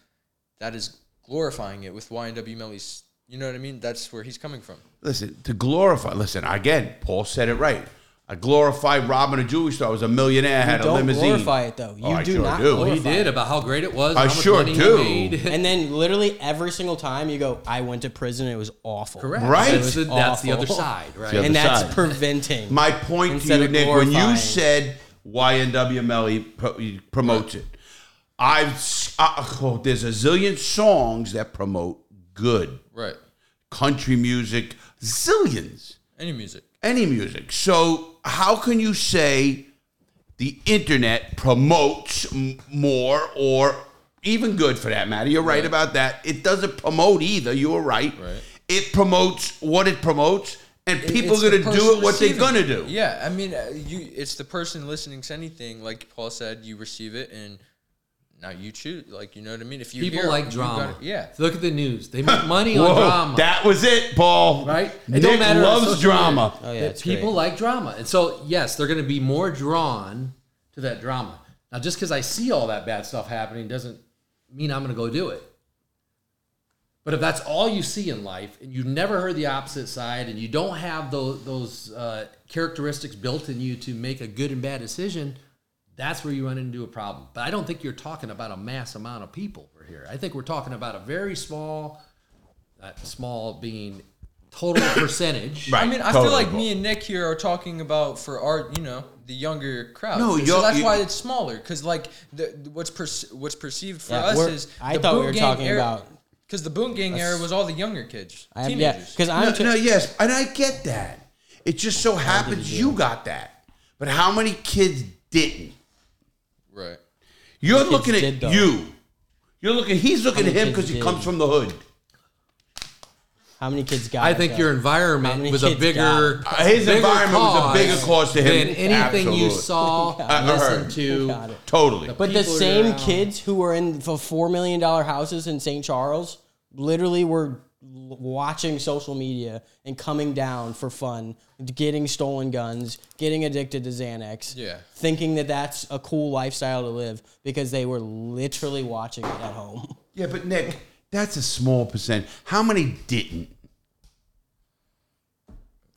S7: that is glorifying it with YNW Melly's. You know what I mean? That's where he's coming from.
S5: Listen, to glorify, listen, again, Paul said it right. I glorified robbing a jewelry store. I was a millionaire. I had a
S6: don't
S5: limousine. Oh,
S6: glorify it though. You
S5: I
S6: do
S5: sure
S6: not
S5: do.
S8: Well,
S6: glorify
S8: Oh, he did
S6: it.
S8: about how great it was.
S5: I
S8: how much
S5: sure
S8: money he
S5: do.
S8: made.
S6: And then literally every single time you go, I went to prison. It was awful.
S8: Correct.
S5: Right.
S8: That's the, that's the other
S6: Awful.
S8: side, right?
S5: The other
S6: And that's
S5: side.
S6: preventing.
S5: My point
S6: Instead
S5: to you,
S6: of
S5: Nick, when you
S6: glorifying.
S5: said YNWML pro- promotes it, I've s- uh, oh, there's a zillion songs that promote good
S7: Right.
S5: country music, zillions,
S7: Any music.
S5: any music. So how can you say the internet promotes m- more or even good for that matter? You're right, about that. It doesn't promote either. You were right.
S7: Right.
S5: It promotes what it promotes, and people
S7: It's
S5: are
S7: the
S5: going to do
S7: person
S5: it what they're
S7: receiving
S5: going to do.
S7: it. Yeah, I mean, uh, you it's the person listening to anything. Like Paul said, you receive it, and now you choose. Like you know what I mean? If you
S8: People
S7: hear-
S8: like
S7: you
S8: drama.
S7: gotta- yeah,
S8: Look at the news. They make money on
S5: Whoa,
S8: drama.
S5: That was it, Paul.
S8: right?
S5: Nick
S8: don't matter on
S5: loves
S8: social media.
S5: drama.
S6: Oh, yeah,
S8: That
S6: it's
S8: people
S6: great.
S8: like drama, and so yes, they're going to be more drawn to that drama. Now, just because I see all that bad stuff happening doesn't mean I'm going to go do it. But if that's all you see in life, and you never heard the opposite side, and you don't have those those uh, characteristics built in you to make a good and bad decision, that's where you run into a problem. But I don't think you're talking about a mass amount of people over here. I think we're talking about a very small, uh, small being total percentage.
S5: Right.
S7: I mean, I
S5: totally,
S7: feel like
S5: Paul.
S7: me and Nick here are talking about for our, you know, the younger crowd.
S5: No,
S7: so
S5: y'all-
S7: that's
S5: you-
S7: why it's smaller because like the, what's perce- what's perceived for
S6: Yeah,
S7: us
S6: we're-
S7: is
S6: I
S7: the
S6: thought we
S7: Boom
S6: were
S7: Gang
S6: talking
S7: era,
S6: about-
S7: because the Boom Gang era was all the younger kids,
S6: I am, yeah,
S7: teenagers.
S6: because I'm.
S5: No,
S6: t-
S5: no, yes, and I get that. It just so happens you got that. But how many kids didn't?
S7: right.
S5: You're
S6: kids
S5: looking at
S6: did, though.
S5: you. You're looking. He's looking at
S6: many
S5: him because
S6: kids
S5: he
S6: did?
S5: comes from the hood.
S6: How many kids got?
S8: I
S6: it,
S8: think
S6: though?
S8: your
S6: How
S8: environment
S6: many
S8: was a
S6: kids
S8: bigger
S5: Uh, his
S8: bigger
S5: environment was a bigger cause to him.
S8: than anything
S5: Absolutely.
S8: you saw,
S5: I heard.
S8: listened
S6: Got
S8: to.
S6: it.
S5: Totally.
S6: But the
S8: people
S6: same
S8: around.
S6: kids who were in the four million dollar houses in St. Charles literally were l- watching social media and coming down for fun, getting stolen guns, getting addicted to Xanax,
S7: Yeah.
S6: thinking that that's a cool lifestyle to live because they were literally watching it at home.
S5: yeah, but Nick, that's a small percent. How many didn't?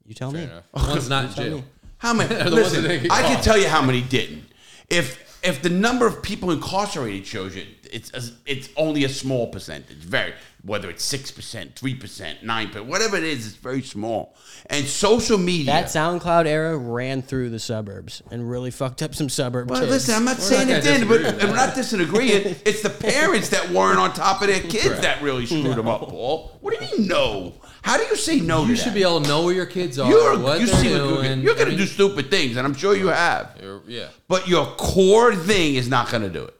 S6: You tell me.
S8: The one's not in jail.
S5: How many?
S8: The ones
S5: listen,
S8: that they
S5: I can
S8: caught.
S5: tell you how many didn't. If if the number of people incarcerated shows you, it's a, it's only a small percentage. Very whether it's six percent, three percent, nine percent, whatever it is, it's very small. And social media.
S6: That SoundCloud era ran through the suburbs and really fucked up some suburb
S5: well,
S6: kids.
S5: listen, I'm not saying
S8: not
S5: it
S8: gonna
S5: didn't, but
S8: disagree with
S5: I'm not disagreeing. It's the parents that weren't on top of their kids that really screwed them up, Paul. What do you mean no? How do you say no?
S8: You
S5: to that?
S8: should be able to know where your kids are,
S5: You're,
S8: what
S5: you
S8: they're
S5: seem like you're,
S8: doing.
S5: you're going
S8: I
S5: to do
S8: mean,
S5: stupid things, and I'm sure you have.
S7: Or- Yeah.
S5: but your core thing is not going to do it.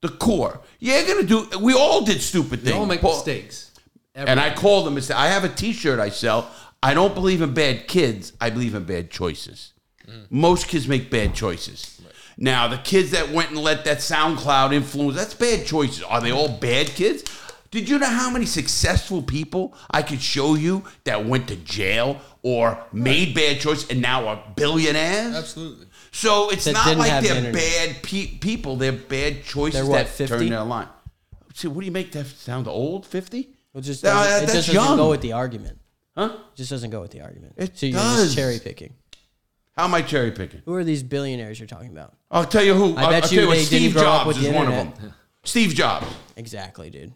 S5: The core. You're going to do, we all did stupid things.
S8: Don't make
S5: Paul-
S8: mistakes.
S5: And I call them, mistake. I have a t shirt I sell. I don't believe in bad kids, I believe in bad choices. Most kids make bad choices. Now, the kids that went and let that SoundCloud influence, that's bad choices. Are they all bad kids? Did you know how many successful people I could show you that went to jail or made bad choices and now are billionaires?
S7: Absolutely.
S5: So it's
S6: That
S5: not
S6: didn't
S5: like
S6: have the
S5: they're
S6: internet.
S5: bad pe- people; they're bad choices
S6: They're what,
S5: that
S6: 50?
S5: turn their line. See, what do you make that sound old? Fifty?
S6: It just
S5: Nah,
S6: doesn't, it
S5: uh, that's
S6: just doesn't
S5: young.
S6: go with the argument.
S5: Huh?
S6: It just doesn't go with the argument.
S5: It
S6: so you're
S5: does.
S6: just cherry picking.
S5: How am I cherry picking?
S6: Who are these billionaires you're talking about?
S5: I'll tell you who.
S6: I
S5: will
S6: bet
S5: tell
S6: you
S5: you what,
S6: they
S5: Steve
S6: didn't grow up
S5: Jobs
S6: with
S5: is
S6: the
S5: one of
S6: internet.
S5: them. Steve Jobs.
S6: Exactly, dude.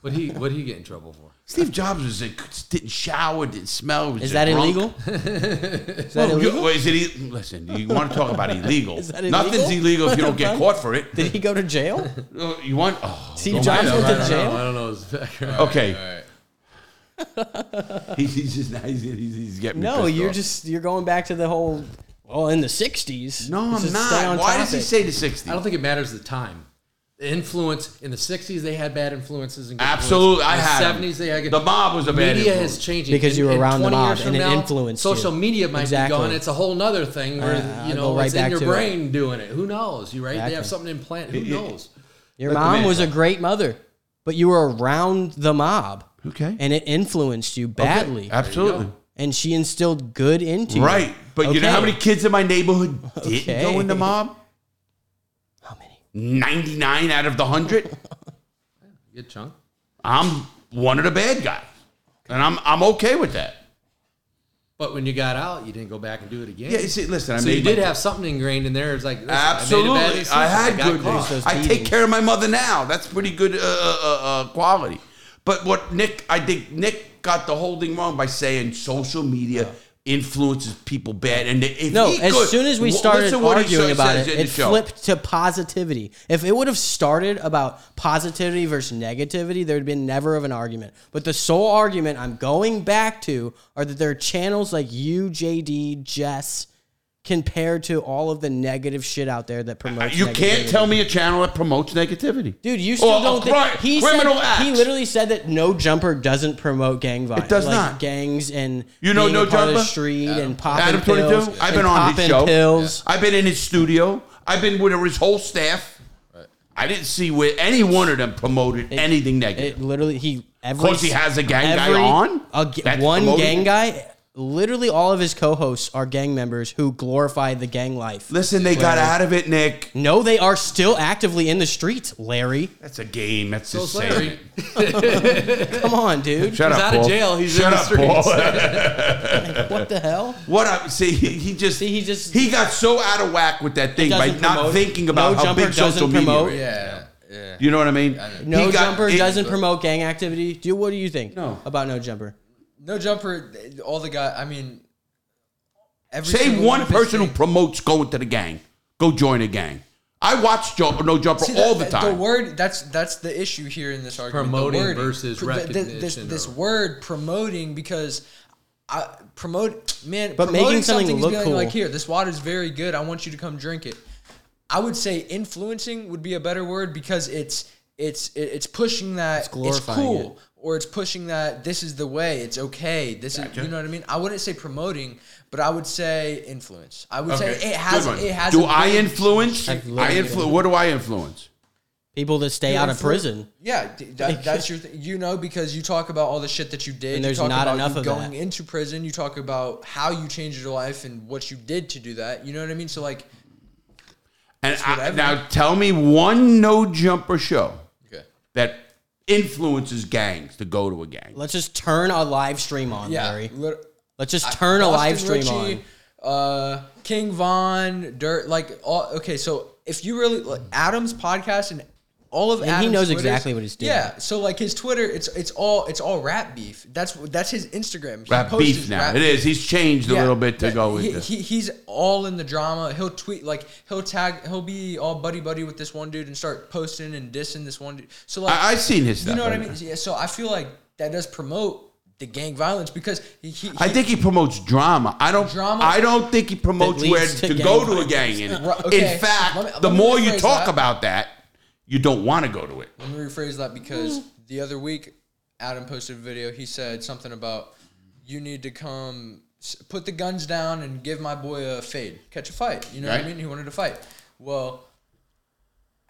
S8: What he what he get in trouble for?
S5: Steve Jobs was a, didn't shower, didn't smell. Was
S6: Is
S5: a
S6: that
S5: drunk.
S6: illegal? Is that
S5: Well, you-
S6: illegal?
S5: well, is it? e- Listen, you want to talk about illegal?
S6: that illegal?
S5: Nothing's illegal if you don't get
S6: What the
S5: caught for it.
S6: Did he go to jail?
S5: Uh, You want? Oh,
S6: Steve
S5: don't
S6: Jobs
S5: mind
S6: went
S5: that.
S6: to
S8: I
S6: jail.
S8: don't know, I don't know his background.
S5: Okay,
S7: All right.
S5: he's, he's just now he's, he's, he's getting me
S6: No,
S5: pissed
S6: you're
S5: off.
S6: just you're going back to the whole. Well, in the '60s.
S5: no,
S6: Let's
S5: I'm
S6: just stay
S5: not.
S6: on
S5: Why does he
S6: topic.
S5: say the 60s?
S8: I don't think it matters the time. The influence in the '60s, they had bad influences. And good
S5: Absolutely, I
S8: influences.
S5: had
S8: In the '70s, they had good.
S5: the mob was a bad
S8: media
S5: influence.
S8: has changed
S6: Because you were around the
S8: 20
S6: mob
S8: years
S6: and
S8: from
S6: it influenced you.
S8: social media might
S6: Exactly.
S8: be gone it's a whole nother thing where
S6: Uh, I
S8: you know
S6: go right
S8: it's in
S6: back
S8: your
S6: to
S8: brain doing it who knows you right they have
S6: Exactly.
S8: something implanted who knows
S6: Your
S5: the
S6: mom
S5: man
S6: was a
S5: talk.
S6: great mother, but you were around the mob,
S5: Okay.
S6: and it influenced you badly.
S5: Absolutely.
S6: And she instilled good into you.
S5: Right. But you know how
S6: Okay.
S5: many kids in my neighborhood didn't
S6: Okay.
S5: go in the mob?
S6: How many?
S5: 99 out of the 100.
S8: good chunk
S5: I'm one of the bad guys. And I'm I'm okay with that.
S8: But when you got out, you didn't go back and do it again.
S5: Yeah, you see, listen, I
S8: so
S5: made
S8: you did
S5: my-
S8: have something ingrained in there. It's like listen,
S5: Absolutely,
S8: I, made a
S5: I,
S8: bad decision.
S5: had
S8: got
S5: good.
S8: caught.
S6: those
S5: I take
S6: beatings.
S5: care of my mother now. That's pretty good uh, uh, uh, quality. But what Nick, I think Nick got the whole thing wrong by saying social media influences people bad. And if
S6: No,
S5: he
S6: as
S5: could-
S6: soon as we
S5: w-
S6: started
S5: listen what he
S6: arguing
S5: sa-
S6: about
S5: says
S6: it,
S5: in the
S6: it
S5: show.
S6: flipped to positivity. If it would have started about positivity versus negativity, there'd been never of an argument. But the sole argument I'm going back to are that there are channels like you, JD, Jess, compared to all of the negative shit out there that promotes.
S5: You can't
S6: negativity.
S5: tell me a channel that promotes negativity,
S6: Dude, you still
S5: Or a
S6: don't think
S5: cri-
S6: he
S5: criminal
S6: said,
S5: acts.
S6: He literally said that no jumper doesn't promote gang violence.
S5: does
S6: like
S5: not.
S6: Gangs and
S5: You know
S6: being a
S5: No
S6: part of the
S5: Jumper?
S6: street and popping
S5: Adam Twenty
S6: pills.
S5: Two. I've
S6: and
S5: been on his
S6: popping
S5: show.
S6: Pills.
S5: I've been in his studio. I've been with his whole staff. I didn't see where any one of them promoted anything negative.
S6: It literally he every
S5: Because he has a gang guy
S6: every-
S5: on?
S6: a g-
S5: That's
S6: one
S5: promoting
S6: gang
S5: it?
S6: guy. Literally, all of his co-hosts are gang members who glorify the gang life.
S5: Listen, they got
S6: Larry.
S5: out of it, Nick.
S6: No, they are still actively in the streets, Larry.
S5: That's a game. That's just
S8: Larry.
S5: saying.
S6: Come on, dude.
S5: Shut
S8: He's
S5: up,
S8: out of
S5: Paul.
S8: jail. He's
S5: Shut
S8: in the
S5: up,
S8: streets.
S5: Paul.
S6: what the hell?
S5: what I see, he, he just
S6: See, he just-
S5: he got so out of whack with that thing by
S6: doesn't
S5: not
S6: promote.
S5: thinking
S6: No
S5: about how
S6: jumper
S5: big social
S6: doesn't
S5: media
S6: promote.
S5: is.
S7: Yeah, yeah.
S5: You know what I mean?
S6: No
S5: He got-
S6: jumper
S5: it-
S6: doesn't promote gang activity. Do what do you think?
S5: No.
S6: about no jumper.
S7: No jumper. All the guy. I mean, every
S5: Say
S7: single
S5: one
S7: of his
S5: person who
S7: things-
S5: promotes going to the gang. Go join a gang. I watch jump, no jumper
S7: See,
S5: all the
S7: that-
S5: time.
S7: The word that's that's the issue here in this argument. The
S8: Promoting
S7: wording.
S8: versus
S7: Pr- th- th- This,
S8: recognition
S7: this
S8: or-
S7: word promoting because. I promote man,
S6: But making
S7: promoting
S6: something
S7: is
S6: look
S7: being
S6: cool.
S7: Like here, this water's very good. I want you to come drink it. I would say influencing would be a better word because it's it's it- it's pushing that it's,
S6: glorifying
S7: cool
S6: it.
S7: or it's pushing that this is the way. It's okay. This is you know what I mean. I wouldn't say promoting, but I would say influence. I would
S5: Okay,
S7: say it
S5: good
S7: has
S5: one.
S7: it has.
S5: Do
S7: a
S5: I
S7: big-
S5: influence? I
S6: I've literally-
S5: influence. What do I influence?
S6: People that stay out of prison.
S7: Yeah, d- that, that's your thing. You know, because you talk about all the shit that you did.
S6: And
S7: you
S6: there's
S7: talk
S6: not
S7: about
S6: enough
S7: you
S6: of
S7: going
S6: that.
S7: into prison. You talk about how you changed your life and what you did to do that. You know what I mean? So like,
S5: And I,
S7: whatever.
S5: now tell me one no jumper show
S7: okay,
S5: that influences gangs to go to a gang.
S6: Let's just turn a live stream on,
S7: yeah,
S6: Larry.
S7: lit-
S6: Let's just turn a
S7: Boston
S6: live stream
S7: Richie,
S6: on.
S7: Uh, King Von, Dirt, like all. Okay, so if you really like Adam's podcast and all of
S6: And he
S7: Adam's
S6: knows
S7: Twitters-
S6: exactly what he's doing.
S7: Yeah, so like his Twitter, it's it's all it's all rap beef. That's that's his Instagram. He
S5: Rap
S7: posts
S5: beef
S7: his
S5: now.
S7: rap
S5: it
S7: beef.
S5: is. He's changed a
S7: Yeah,
S5: little bit to
S7: but
S5: go with
S7: he,
S5: this.
S7: he, he's all in the drama. He'll tweet like he'll tag. He'll be all buddy buddy with this one dude and start posting and dissing this one dude. So like
S5: I, I seen his stuff.
S7: you know what I
S5: right
S7: mean?
S5: now.
S7: Yeah. So I feel like that does promote the gang violence because he, he,
S5: I think he promotes drama. I don't.
S7: Drama
S5: I don't think he promotes
S6: leads
S5: where
S6: to
S5: to,
S6: gang
S5: go to a
S6: violence.
S5: gang. In, it.
S7: Right, okay.
S5: in fact,
S7: Let me- let
S5: the
S7: me
S5: more you
S7: rephrase
S5: talk
S7: that.
S5: about that, you don't want to go to it.
S7: Let me rephrase that because the other week, Adam posted a video. He said something about you need to come s- put the guns down and give my boy a fade, catch a fight. You know what
S5: Right.
S7: I mean? He wanted to fight. Well,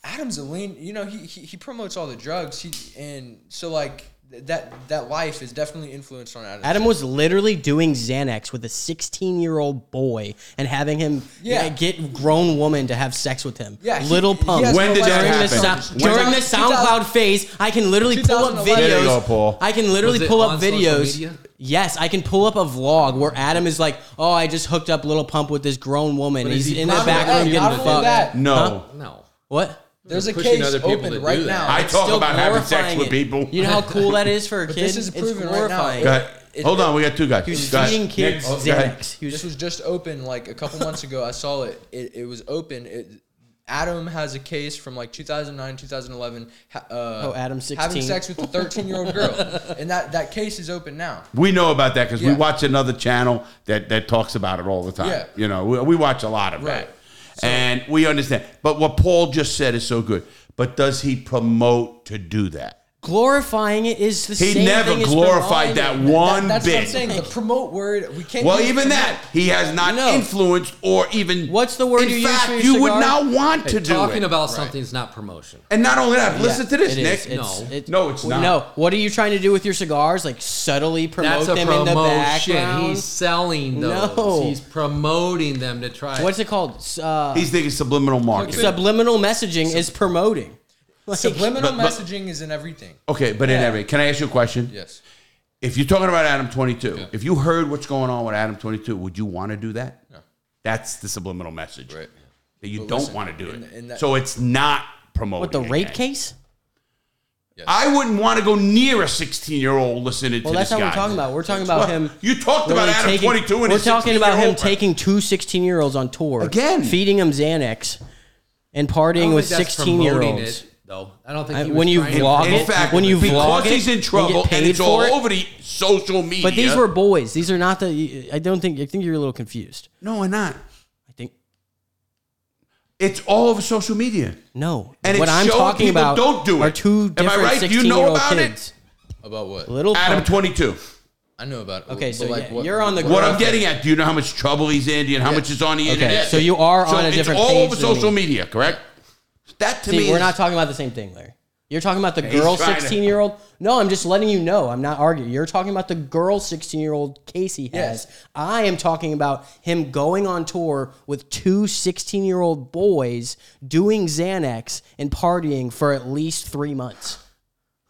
S7: Adam's a lean. You know, he he, he promotes all the drugs. He and so like th- that that life is definitely influenced on Adam.
S6: Adam was literally doing Xanax with a 16 year old boy and having him
S7: Yeah.
S6: uh, get grown woman to have sex with him.
S7: Yeah, he-
S6: Little
S7: he
S6: pump.
S7: has
S5: When no did that
S6: during the,
S5: license. happen?
S6: sou-
S5: When-
S6: during the
S7: 2000
S6: SoundCloud phase, I can literally pull up
S7: 2011.
S6: videos.
S5: There you go, Paul.
S6: I can literally
S8: Was it
S6: pull
S8: on
S6: up
S8: social
S6: videos.
S8: media?
S6: Yes, I can pull up a vlog where Adam is like, "Oh, I just hooked up Little Pump with this grown woman.
S8: is
S6: He's
S8: he
S6: in the
S8: proud
S6: back
S8: of
S6: room
S8: that?
S6: getting
S8: Proud of
S6: fucked."
S7: that?
S5: No,
S8: No.
S6: What?
S7: There's a
S8: pushing
S7: case
S8: other people to
S7: open
S8: do
S7: right
S8: that.
S7: now.
S5: I
S6: It's
S5: talk
S6: still
S5: about having sex
S6: glorifying
S5: with
S6: it.
S5: people.
S6: You know how cool that is for a kid.
S7: this is
S6: It's
S7: proven right now.
S6: glorifying.
S5: Go ahead.
S7: It-
S5: Hold on, we got two guys.
S6: He was
S5: Go ahead.
S6: feeding kids
S5: Nick, go ahead.
S6: Xanax. He was
S7: This was just open like a couple months ago. I saw it. It, it was open. It, Adam has a case from like 2009, 2011. ha- Uh, oh,
S6: Adam 16.
S7: having sex with a 13 year old girl, and that that case is open now.
S5: We know about that because we
S7: Yeah.
S5: watch another channel that, that talks about it all the time.
S7: Yeah.
S5: You know, we, we watch a lot of
S7: Right.
S5: that. and we understand. But what Paul just said is so good. But does he promote to do that?
S6: glorifying it is the
S5: He
S6: same
S5: never
S6: thing as
S5: glorified that
S6: promoting it.
S5: one
S7: That's what I'm
S5: bit.
S7: saying. The promote word we can't.
S5: well,
S7: use
S5: even
S7: promote.
S5: that, he has not
S6: No.
S5: influenced or even.
S6: What's the word
S5: in
S6: you use
S5: fact,
S6: for your
S5: you would
S6: cigar?
S5: not want to
S8: Hey,
S5: do
S8: talking
S5: it.
S8: about something's not promotion.
S5: and not only that, listen to this,
S6: It
S5: Nick.
S6: is. It's-
S8: No.
S5: No, it's
S6: Well,
S5: not.
S6: No, what are you trying to do with your cigars? Like subtly promote
S8: That's a
S6: them in the
S8: promotion.
S6: background.
S8: He's selling those.
S6: No.
S8: He's promoting them to try.
S6: What's it called? S- Uh,
S5: He's thinking subliminal marketing.
S6: subliminal messaging is promoting. Like,
S7: Subliminal
S5: But- but-
S7: messaging is in everything.
S5: okay, but in
S7: Yeah.
S5: every, can I ask you a question?
S7: Yes.
S5: If you're talking about Adam 22, if you heard what's going on with Adam 22, would you want to do that? No. That's the subliminal message.
S7: Right.
S5: That you don't want to do it.
S7: and that-
S5: so it's not promoting.
S6: What the
S5: it.
S6: rape case?
S5: I wouldn't want to go near a 16 year old listening
S6: Well,
S5: to
S6: that's
S5: this
S6: not
S5: guy.
S6: what we're talking about. We're talking about
S5: Well,
S6: him.
S5: You talked about
S6: literally
S5: Adam
S6: taking-
S5: 22 and
S6: We're
S5: his
S6: talking about him
S5: 16-year-old.
S6: taking two 16 year olds on tour
S5: Again.
S6: feeding them Xanax, and partying with 16 year olds.
S8: though. I don't think
S6: I-
S8: he was
S6: when you
S8: trying to
S6: vlog
S5: In
S8: promote
S6: it,
S5: fact,
S6: when you
S5: because
S6: vlog it
S5: he's in
S6: and get
S5: trouble and
S6: paid
S5: it's all
S6: for it-
S5: over the social media.
S6: But these were boys. These are not the. I don't think. I think you're a little confused.
S5: no, and not.
S6: I think
S5: It's all over social media.
S6: no.
S5: And
S6: what
S5: it's
S6: I'm
S5: showing
S6: talking
S5: people
S6: about
S5: don't do
S6: are
S5: it.
S6: two
S5: Am I
S6: different
S5: right? Do
S6: 16
S5: you know
S6: year old
S5: about it?
S6: kids.
S7: About what?
S6: Little
S5: Adam
S6: punk-
S5: 22.
S7: I know about it.
S6: Okay,
S7: but
S6: so
S7: like
S6: yeah,
S7: what-
S6: you're on the
S5: What
S6: graph
S5: I'm getting at, do you know how much trouble he's in? Do you know how much is on the internet?
S6: so you are on a
S5: it's
S6: different
S5: all
S6: page
S5: over
S6: than me.
S5: social media, correct? That to
S6: See,
S5: me,
S6: we're
S5: is-
S6: not talking about the same thing, Larry. You're talking about the girl
S5: trying to-
S6: 16 year old. No, I'm just letting you know. I'm not arguing. You're talking about the girl 16 year old Casey has. I am talking about him going on tour with two 16 year old boys doing Xanax and partying for at least three months.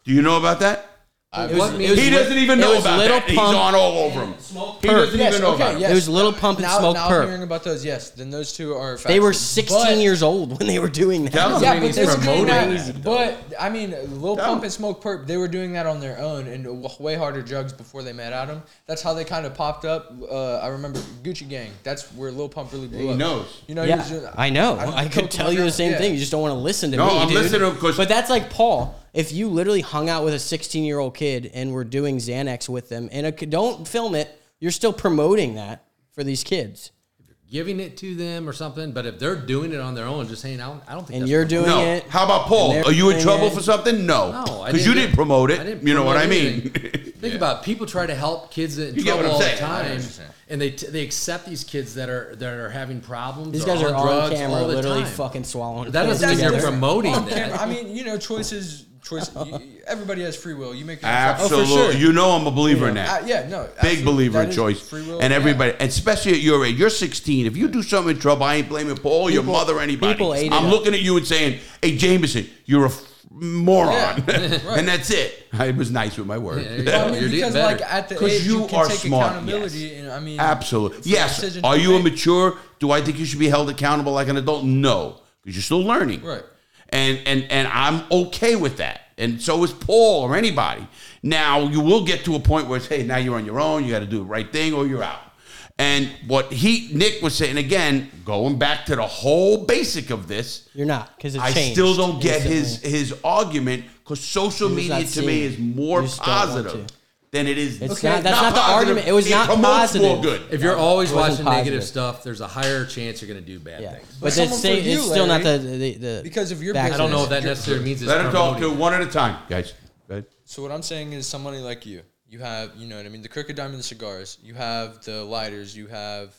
S5: Do you know about that?
S6: It was, it was
S5: He
S6: li-
S5: doesn't even
S6: it
S5: know
S6: was
S5: about
S6: little
S5: that.
S6: Pump,
S5: He's on all over him. He
S6: Perp.
S5: doesn't
S7: Yes,
S5: even know
S7: okay,
S5: about it.
S7: yes.
S6: It was Little Pump and
S7: now,
S6: Smoke
S7: now
S6: Perp.
S7: I'm hearing about those. Yes, then those two are.
S6: They were
S7: factual.
S6: 16
S7: But-
S6: years old when they were doing that.
S5: Doesn't
S7: Yeah,
S5: mean
S7: but
S5: he's
S7: they're doing
S5: promoting
S7: that-
S5: it.
S7: But I mean, Lil
S5: No.
S7: Pump and Smoke Perp, they were doing that on their own and w- way harder drugs before they met Adam. That's how they kind of popped up. Uh, I remember Gucci Gang. That's where Lil Pump really blew
S5: He
S7: up.
S5: knows.
S7: You know, he was doing-
S6: Yeah, I know.
S7: don't
S6: I
S7: coke
S6: could tell
S7: my
S6: you the
S7: girl.
S6: same
S7: Yeah.
S6: thing. You just don't want to listen to
S5: No,
S6: me.
S5: I'm
S6: dude.
S5: listening, 'cause-
S6: But that's like Paul. If you literally hung out with a 16 year old kid and were doing Xanax with them, and a, don't film it, you're still promoting that for these kids,
S8: giving it to them or something. But if they're doing it on their own, just hanging out, I don't think
S6: and
S8: that's
S6: you're doing
S5: No.
S6: it.
S5: How about
S6: and
S5: Paul?
S6: they're
S5: Are you in
S6: doing
S5: trouble
S6: it.
S5: for something? No.
S8: No, I
S5: Because you
S8: didn't-
S5: didn't promote it.
S8: I didn't
S5: you know what I
S8: promote
S5: mean?
S8: anything. Think about it. people try to help kids in
S5: You get
S8: trouble
S5: what I'm
S8: all the
S5: saying. I know
S8: time,
S5: what you're saying.
S8: and they t- they accept these kids that are that are having problems.
S6: These
S8: or
S6: guys are on
S8: drugs
S6: camera,
S8: all the
S6: literally
S8: time.
S6: fucking swallowing.
S8: That
S6: pills
S8: doesn't mean you're
S6: together.
S8: promoting
S7: On camera.
S8: that.
S7: I mean, you know, choices. Choice. you- you- everybody has free will. You make your own choice.
S5: Absolutely.
S6: Oh, sure.
S5: You know I'm a believer in that.
S7: Uh, yeah, no.
S5: Big
S7: absolutely.
S5: believer
S7: That
S5: in
S7: is
S5: choice.
S7: free will,
S5: and
S7: yeah.
S5: everybody, and especially at your age, you're 16. If you do something in trouble, I ain't blaming Paul, your
S6: People-
S5: mother, anybody.
S6: people ate it
S5: I'm
S6: up.
S5: looking at you and saying, hey, Jameson, you're a f- moron.
S7: Yeah, right.
S5: and that's it. I was nice with my words.
S8: Yeah,
S7: Well, I mean,
S8: You're getting
S7: because
S8: better.
S7: like at the
S5: 'Cause
S7: age you,
S5: you
S7: can
S5: are
S7: take
S5: smart,
S7: accountability,
S5: yes.
S7: and I mean,
S5: Absolutely.
S7: it's a
S5: Yes.
S7: decision
S5: Are
S7: to
S5: you
S7: make.
S5: immature? Do I think you should be held accountable like an adult? No, because you're still learning.
S7: Right.
S5: And and and I'm okay with that. And so is Paul or anybody. Now you will get to a point where it's hey, now you're on your own. You got to do the right thing or you're out. And what he Nick was saying again, going back to the whole basic of this,
S6: You're not because it
S5: I
S6: changed.
S5: still don't get his
S6: recently.
S5: his argument because social
S6: You're just
S5: media
S6: not
S5: to me
S6: seeing it.
S5: is more
S6: You just don't want
S5: positive
S6: to.
S5: than it is.
S6: It's not- that's not the
S5: positive.
S6: argument. It was not
S5: promotes More
S6: positive.
S5: good.
S8: if you're always
S6: It wasn't
S8: watching negative
S6: positive.
S8: stuff, there's a higher chance you're going to do bad
S6: Yeah,
S8: things.
S6: but
S7: someone
S6: that's
S7: for
S6: say,
S7: you,
S6: it's still not the,
S7: Larry,
S6: the, the
S7: because of your
S6: back
S7: business.
S8: I don't know if
S6: to
S8: that necessarily means it's
S5: Let him talk to
S8: promoting.
S5: one at a time, guys. Go ahead.
S7: So what I'm saying is, somebody like you, you have, you know what I mean, the crooked diamond cigars, you have the lighters, you have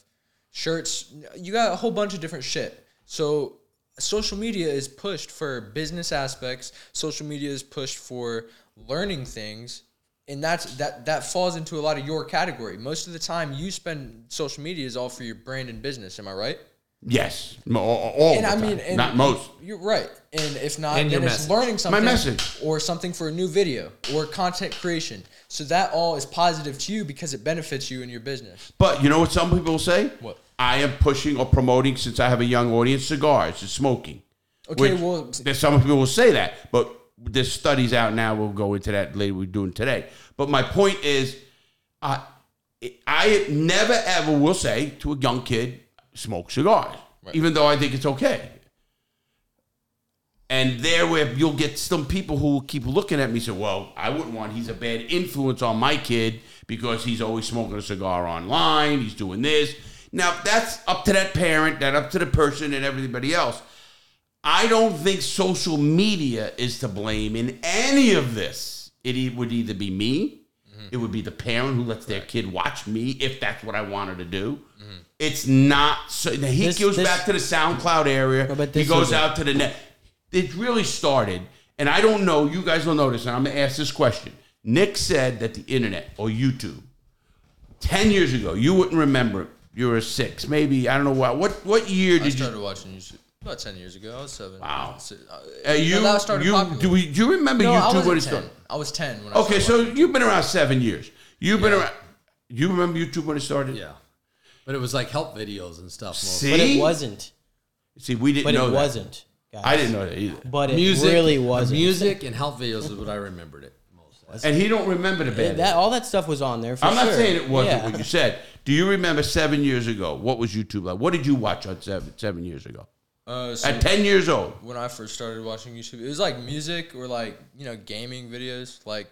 S7: shirts, you got a whole bunch of different shit. So social media is pushed for business aspects. Social media is pushed for learning things. And that's that that falls into a lot of your category. Most of the time you spend social media is all for your brand and business, am I right?
S5: Yes, Mo- all, all
S7: and
S5: the
S7: I
S5: time.
S7: mean, and
S5: not most.
S7: You're right. And if not,
S8: And your
S7: then it's
S8: message.
S7: learning something.
S5: message.
S7: Or something for a new video or content creation. So that all is positive to you because it benefits you in your business.
S5: But you know what some people say?
S7: What?
S5: I am pushing or promoting since I have a young audience cigars and smoking.
S7: Okay,
S5: Which-
S7: well-
S5: there's some people will say that, but there's studies out now. We'll go into that later. We're doing today. But my point is, I I never ever will say to a young kid smoke cigars, even though I think it's okay. And there, where you'll get some people who will keep looking at me and say, Well, I wouldn't want, he's a bad influence on my kid because he's always smoking a cigar online, he's doing this. Now, that's up to that parent, that up to the person and everybody else. I don't think social media is to blame in any of this. It e- would either be me, it would be the parent who lets their kid watch me if that's what I wanted to do. It's not so. now He
S6: This-
S5: goes
S6: this-
S5: back to the SoundCloud area.
S6: No, but
S5: he
S6: this
S5: goes
S6: was a-
S5: out to the net. It really started, and I don't know. You guys will notice, and I'm going to ask this question. Nick said that the internet or YouTube 10 years ago, you wouldn't remember. it. You were six, maybe. I don't know what. What what year
S7: I
S5: did you?
S7: started watching YouTube about 10 years ago. I was seven.
S5: Wow.
S7: So, uh,
S5: Uh, you,
S7: that started
S5: you
S7: popular.
S5: do we do you remember
S7: no, I
S5: YouTube
S7: wasn't
S5: when it
S7: 10.
S5: started?
S7: I was 10 when I
S5: Okay,
S7: started watching.
S5: so you've been around seven years. You've been around. You remember YouTube when it started?
S8: Yeah. But it was like help videos and stuff. mostly.
S5: See,
S6: But it wasn't.
S5: See, we didn't
S6: But
S5: know
S6: it
S5: that.
S6: wasn't. guys.
S5: I didn't know that either.
S6: But it really
S8: the
S6: wasn't.
S8: Music and help videos is what I remembered it most.
S5: And he don't remember the band.
S6: That all that stuff was on there. For
S5: I'm not
S6: sure.
S5: saying it wasn't
S6: Yeah.
S5: what you said. Do you remember seven years ago? What was YouTube like? What did you watch on seven seven years ago?
S7: Uh, so
S5: At ten years old,
S7: when I first started watching YouTube, it was like music or like you know gaming videos. Like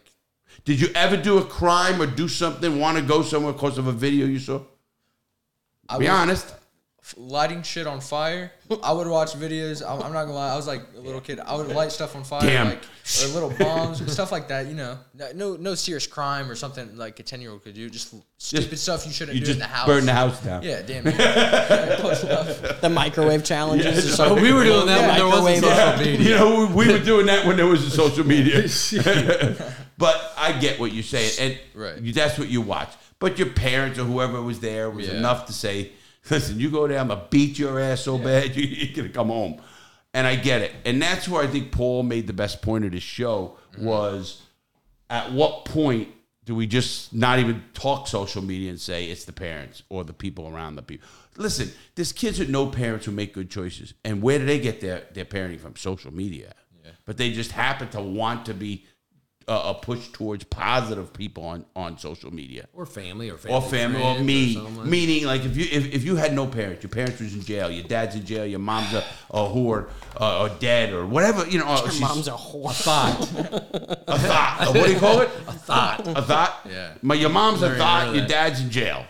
S5: did you ever do a crime or do something? Want to go somewhere because of a video you saw?
S7: I
S5: Be
S7: was
S5: honest.
S7: f- lighting shit on fire. I would watch videos. I'm, I'm not gonna lie. I was like a little kid. I would light stuff on fire,
S5: Damn.
S7: like or little bombs, stuff like that. You know, No- no no serious crime or something like a ten year old could do. Just stupid stuff you shouldn't
S5: You
S7: do
S5: just
S7: in the house.
S5: burned the house down.
S7: Yeah, damn it. Close enough.
S6: the microwave challenges. or something.
S8: we were doing that when there wasn't
S6: Microwave-
S8: social
S6: Yeah.
S5: You know, we, we were doing that when there was a social media. but I get what you're saying, and
S7: Right.
S5: you- that's what you watch. But your parents or whoever was there was
S7: Yeah.
S5: enough to say, "Listen, you go there, I'm gonna beat your ass so bad you, you're gonna come home." And I get it, and that's where I think Paul made the best point of this show was at what point do we just not even talk social media and say it's the parents or the people around the people? Listen, there's kids with no parents who make good choices. And where do they get their, their parenting from? Social media. But they just happen to want to be uh, a push towards positive people on, on social media.
S8: Or family or family.
S5: Or family,
S8: friends
S5: or me.
S8: something like-
S5: Meaning, like if you if, if you had no parents, your parents was in jail, your dad's in jail, your mom's a, a whore, uh, or dead, or whatever you know. or she's-
S6: Mom's a whore. Thought.
S5: a thought. A what do you call it? A thought. A thought.
S7: Yeah.
S5: My, your mom's a
S8: Learning
S5: thought.
S8: early.
S5: Your dad's in jail,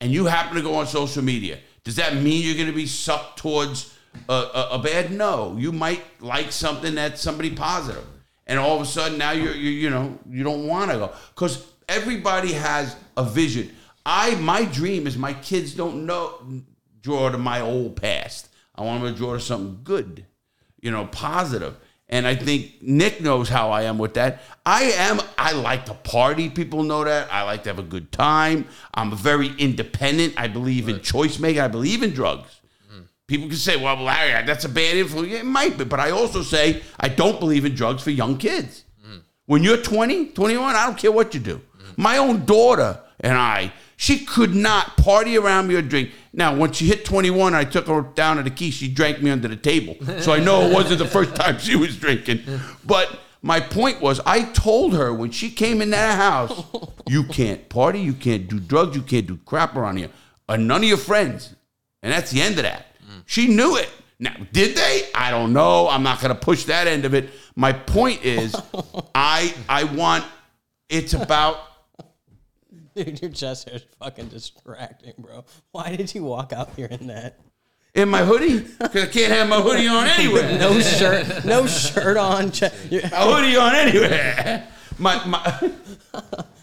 S5: and you happen to go on social media. Does that mean you're going to be sucked towards a, a, a bad? No. You might like something that's somebody positive, and all of a sudden now you're you you know you don't want to go because everybody has a vision. I my dream is my kids don't know draw to my old past. I want them to draw to something good you know, positive. And I think Nick knows how I am with that. I am, I like to party. People know that. I like to have a good time. I'm very independent. I believe in choice making. I believe in drugs. People can say, well, Larry, that's a bad influence. Yeah, It might be. But I also say, I don't believe in drugs for young kids. When you're 20, 21, I don't care what you do. My own daughter and I, she could not party around me or drink. Now, when she hit 21, I took her down to the key. She drank me under the table. So I know it wasn't the first time she was drinking. But my point was, I told her when she came in that house, you can't party, you can't do drugs, you can't do crap around here, or none of your friends. And that's the end of that. She knew it. Now, did they? I don't know. I'm not going to push that end of it. My point is, I I want. It's about.
S6: Dude, your chest hair is fucking distracting, bro. Why did you walk out here in that?
S5: In my hoodie? Because I can't have my hoodie on anywhere.
S6: No shirt, no shirt on. che- you-
S5: My hoodie on anywhere. My, my,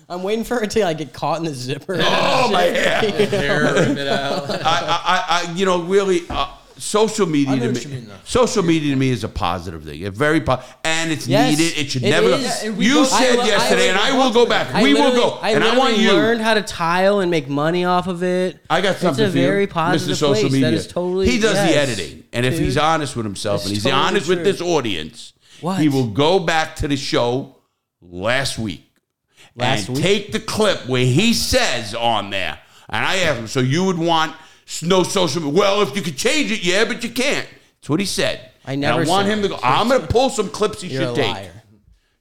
S6: I'm waiting for it to like get caught in the zipper.
S5: oh, my hair.
S8: Hair, rip it out.
S5: I, I, I, I- you know, really, uh, social media
S7: I know
S5: to
S7: what
S5: me,
S7: you mean, though.
S5: social media to me is a positive thing. It's very positive. And it's
S6: Yes,
S5: needed. It should
S6: it
S5: never
S6: is. Yeah,
S5: go.
S7: and we
S5: You
S7: both- I
S5: said
S6: lo- I
S5: yesterday, and I
S6: literally-
S5: will go back.
S6: I
S5: we will
S6: literally-
S5: go. and I want
S6: literally
S5: you.
S6: learned how to tile and make money off of it.
S5: I got something
S6: It's a
S5: for you,
S6: very positive
S5: Mr. Social
S6: place.
S5: Media.
S6: That is totally.
S5: he does the
S6: yes.
S5: editing, and if he's
S6: Dude.
S5: honest with himself and
S6: It's
S5: he's
S6: totally
S5: honest with
S6: true.
S5: this audience,
S6: What?
S5: he will go back to the show last week
S6: Last
S5: and
S6: week?
S5: take the clip where he says on there, and I asked him, so you would want s- no social media? Well, if you could change it, yeah, but you can't. That's what he said.
S6: I
S5: And
S6: never
S5: I want
S6: said
S5: him to go. I'm going to pull some clips he
S6: You're a
S5: should take.
S6: liar.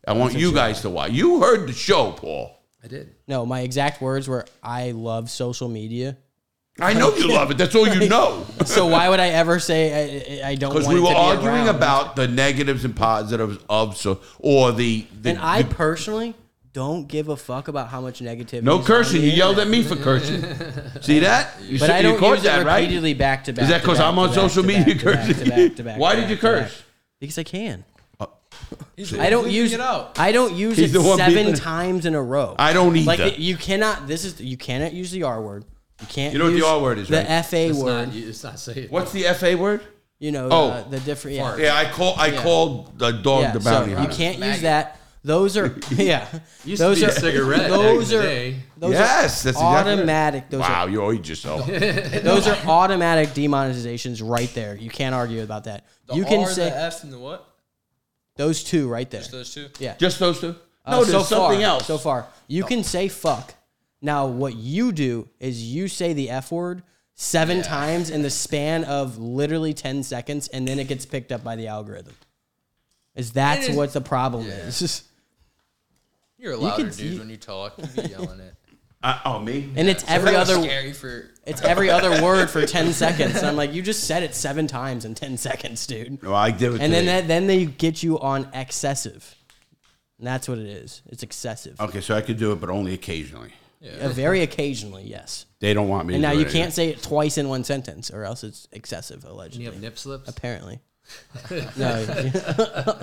S5: I want you guys to watch. You heard the show, Paul.
S8: I did.
S6: No, my exact words were, "I love social media."
S5: I know you love it. That's all you know.
S6: So why would I ever say I- I, I don't?
S5: because
S6: want
S5: we
S6: it
S5: were
S6: to be
S5: arguing
S6: around?
S5: about the negatives and positives of so or the, the
S6: And I
S5: the-
S6: personally don't give a fuck about how much negativity.
S5: no
S6: is on
S5: cursing.
S6: the
S5: You yelled
S6: internet.
S5: at me for cursing. See that? You
S6: But
S5: see-
S6: I
S5: you
S6: don't
S5: caught
S6: use it repeatedly back to back.
S5: Is that
S6: to
S5: because
S6: back
S5: I'm
S6: to
S5: on
S6: back
S5: social
S6: to
S5: media
S6: back to back to
S5: cursing?
S6: back to back to back
S5: Why
S6: to
S5: did you
S6: back to back.
S5: curse? Uh,
S6: Because I can.
S7: He's
S6: I don't
S7: bleeping
S6: use
S7: it out.
S6: I don't use
S5: He's
S6: it
S5: the one
S6: seven
S5: beeping.
S6: times in a row.
S5: I don't
S6: Like
S5: either.
S6: it- you cannot. This is you cannot use the R word. You can't.
S5: You know what the
S6: use
S5: R word is,
S6: The
S5: right?
S6: FA
S8: It's
S6: word.
S8: not, you- it's not saying.
S5: What's the fa word?
S6: you know.
S5: Oh.
S6: uh, the different. Yeah.
S5: Yeah, I call I called the dog
S6: yeah.
S5: the
S6: So
S5: bounty
S6: you
S5: hunter.
S6: can't use
S7: Maggot.
S6: that. Those are yeah.
S8: Used
S6: those
S8: to
S6: are
S8: be a cigarette.
S6: Those
S8: back in the
S6: are
S8: day.
S6: those
S5: Yes,
S6: are
S5: that's exactly it.
S6: automatic. Those are
S5: Wow, you owe yourself.
S6: Those are automatic demonetizations right there. You can't argue about that.
S7: The
S6: you can
S7: R,
S6: say
S7: the F, and the what?
S6: those two right there.
S7: Those two.
S6: Yeah.
S5: Just those two?
S6: Uh, so far, So far, you can say fuck Now, what you do is you say the F word seven times in the span of literally 10 seconds, and then it gets picked up by the algorithm. Is that's
S7: It is-
S6: what the problem is.
S7: You're a louder
S6: can
S7: dude
S6: see-
S7: when you talk. You be yelling it.
S5: Uh, oh, me?
S6: And it's every
S7: That was
S6: other
S7: scary for
S6: it's every other word for 10 seconds. And I'm like, you just said it seven times in 10 seconds, dude.
S5: No, I did it.
S6: And then
S5: today.
S6: that, then they get you on excessive. And that's what it is. It's excessive.
S5: Okay, so I could do it, but only occasionally.
S6: Uh, very occasionally, yes.
S5: They don't want me.
S6: And
S5: to
S6: now
S5: do
S6: you
S5: it
S6: can't say it twice in one sentence, or else it's excessive, allegedly.
S8: You have nip slips.
S6: Apparently. no.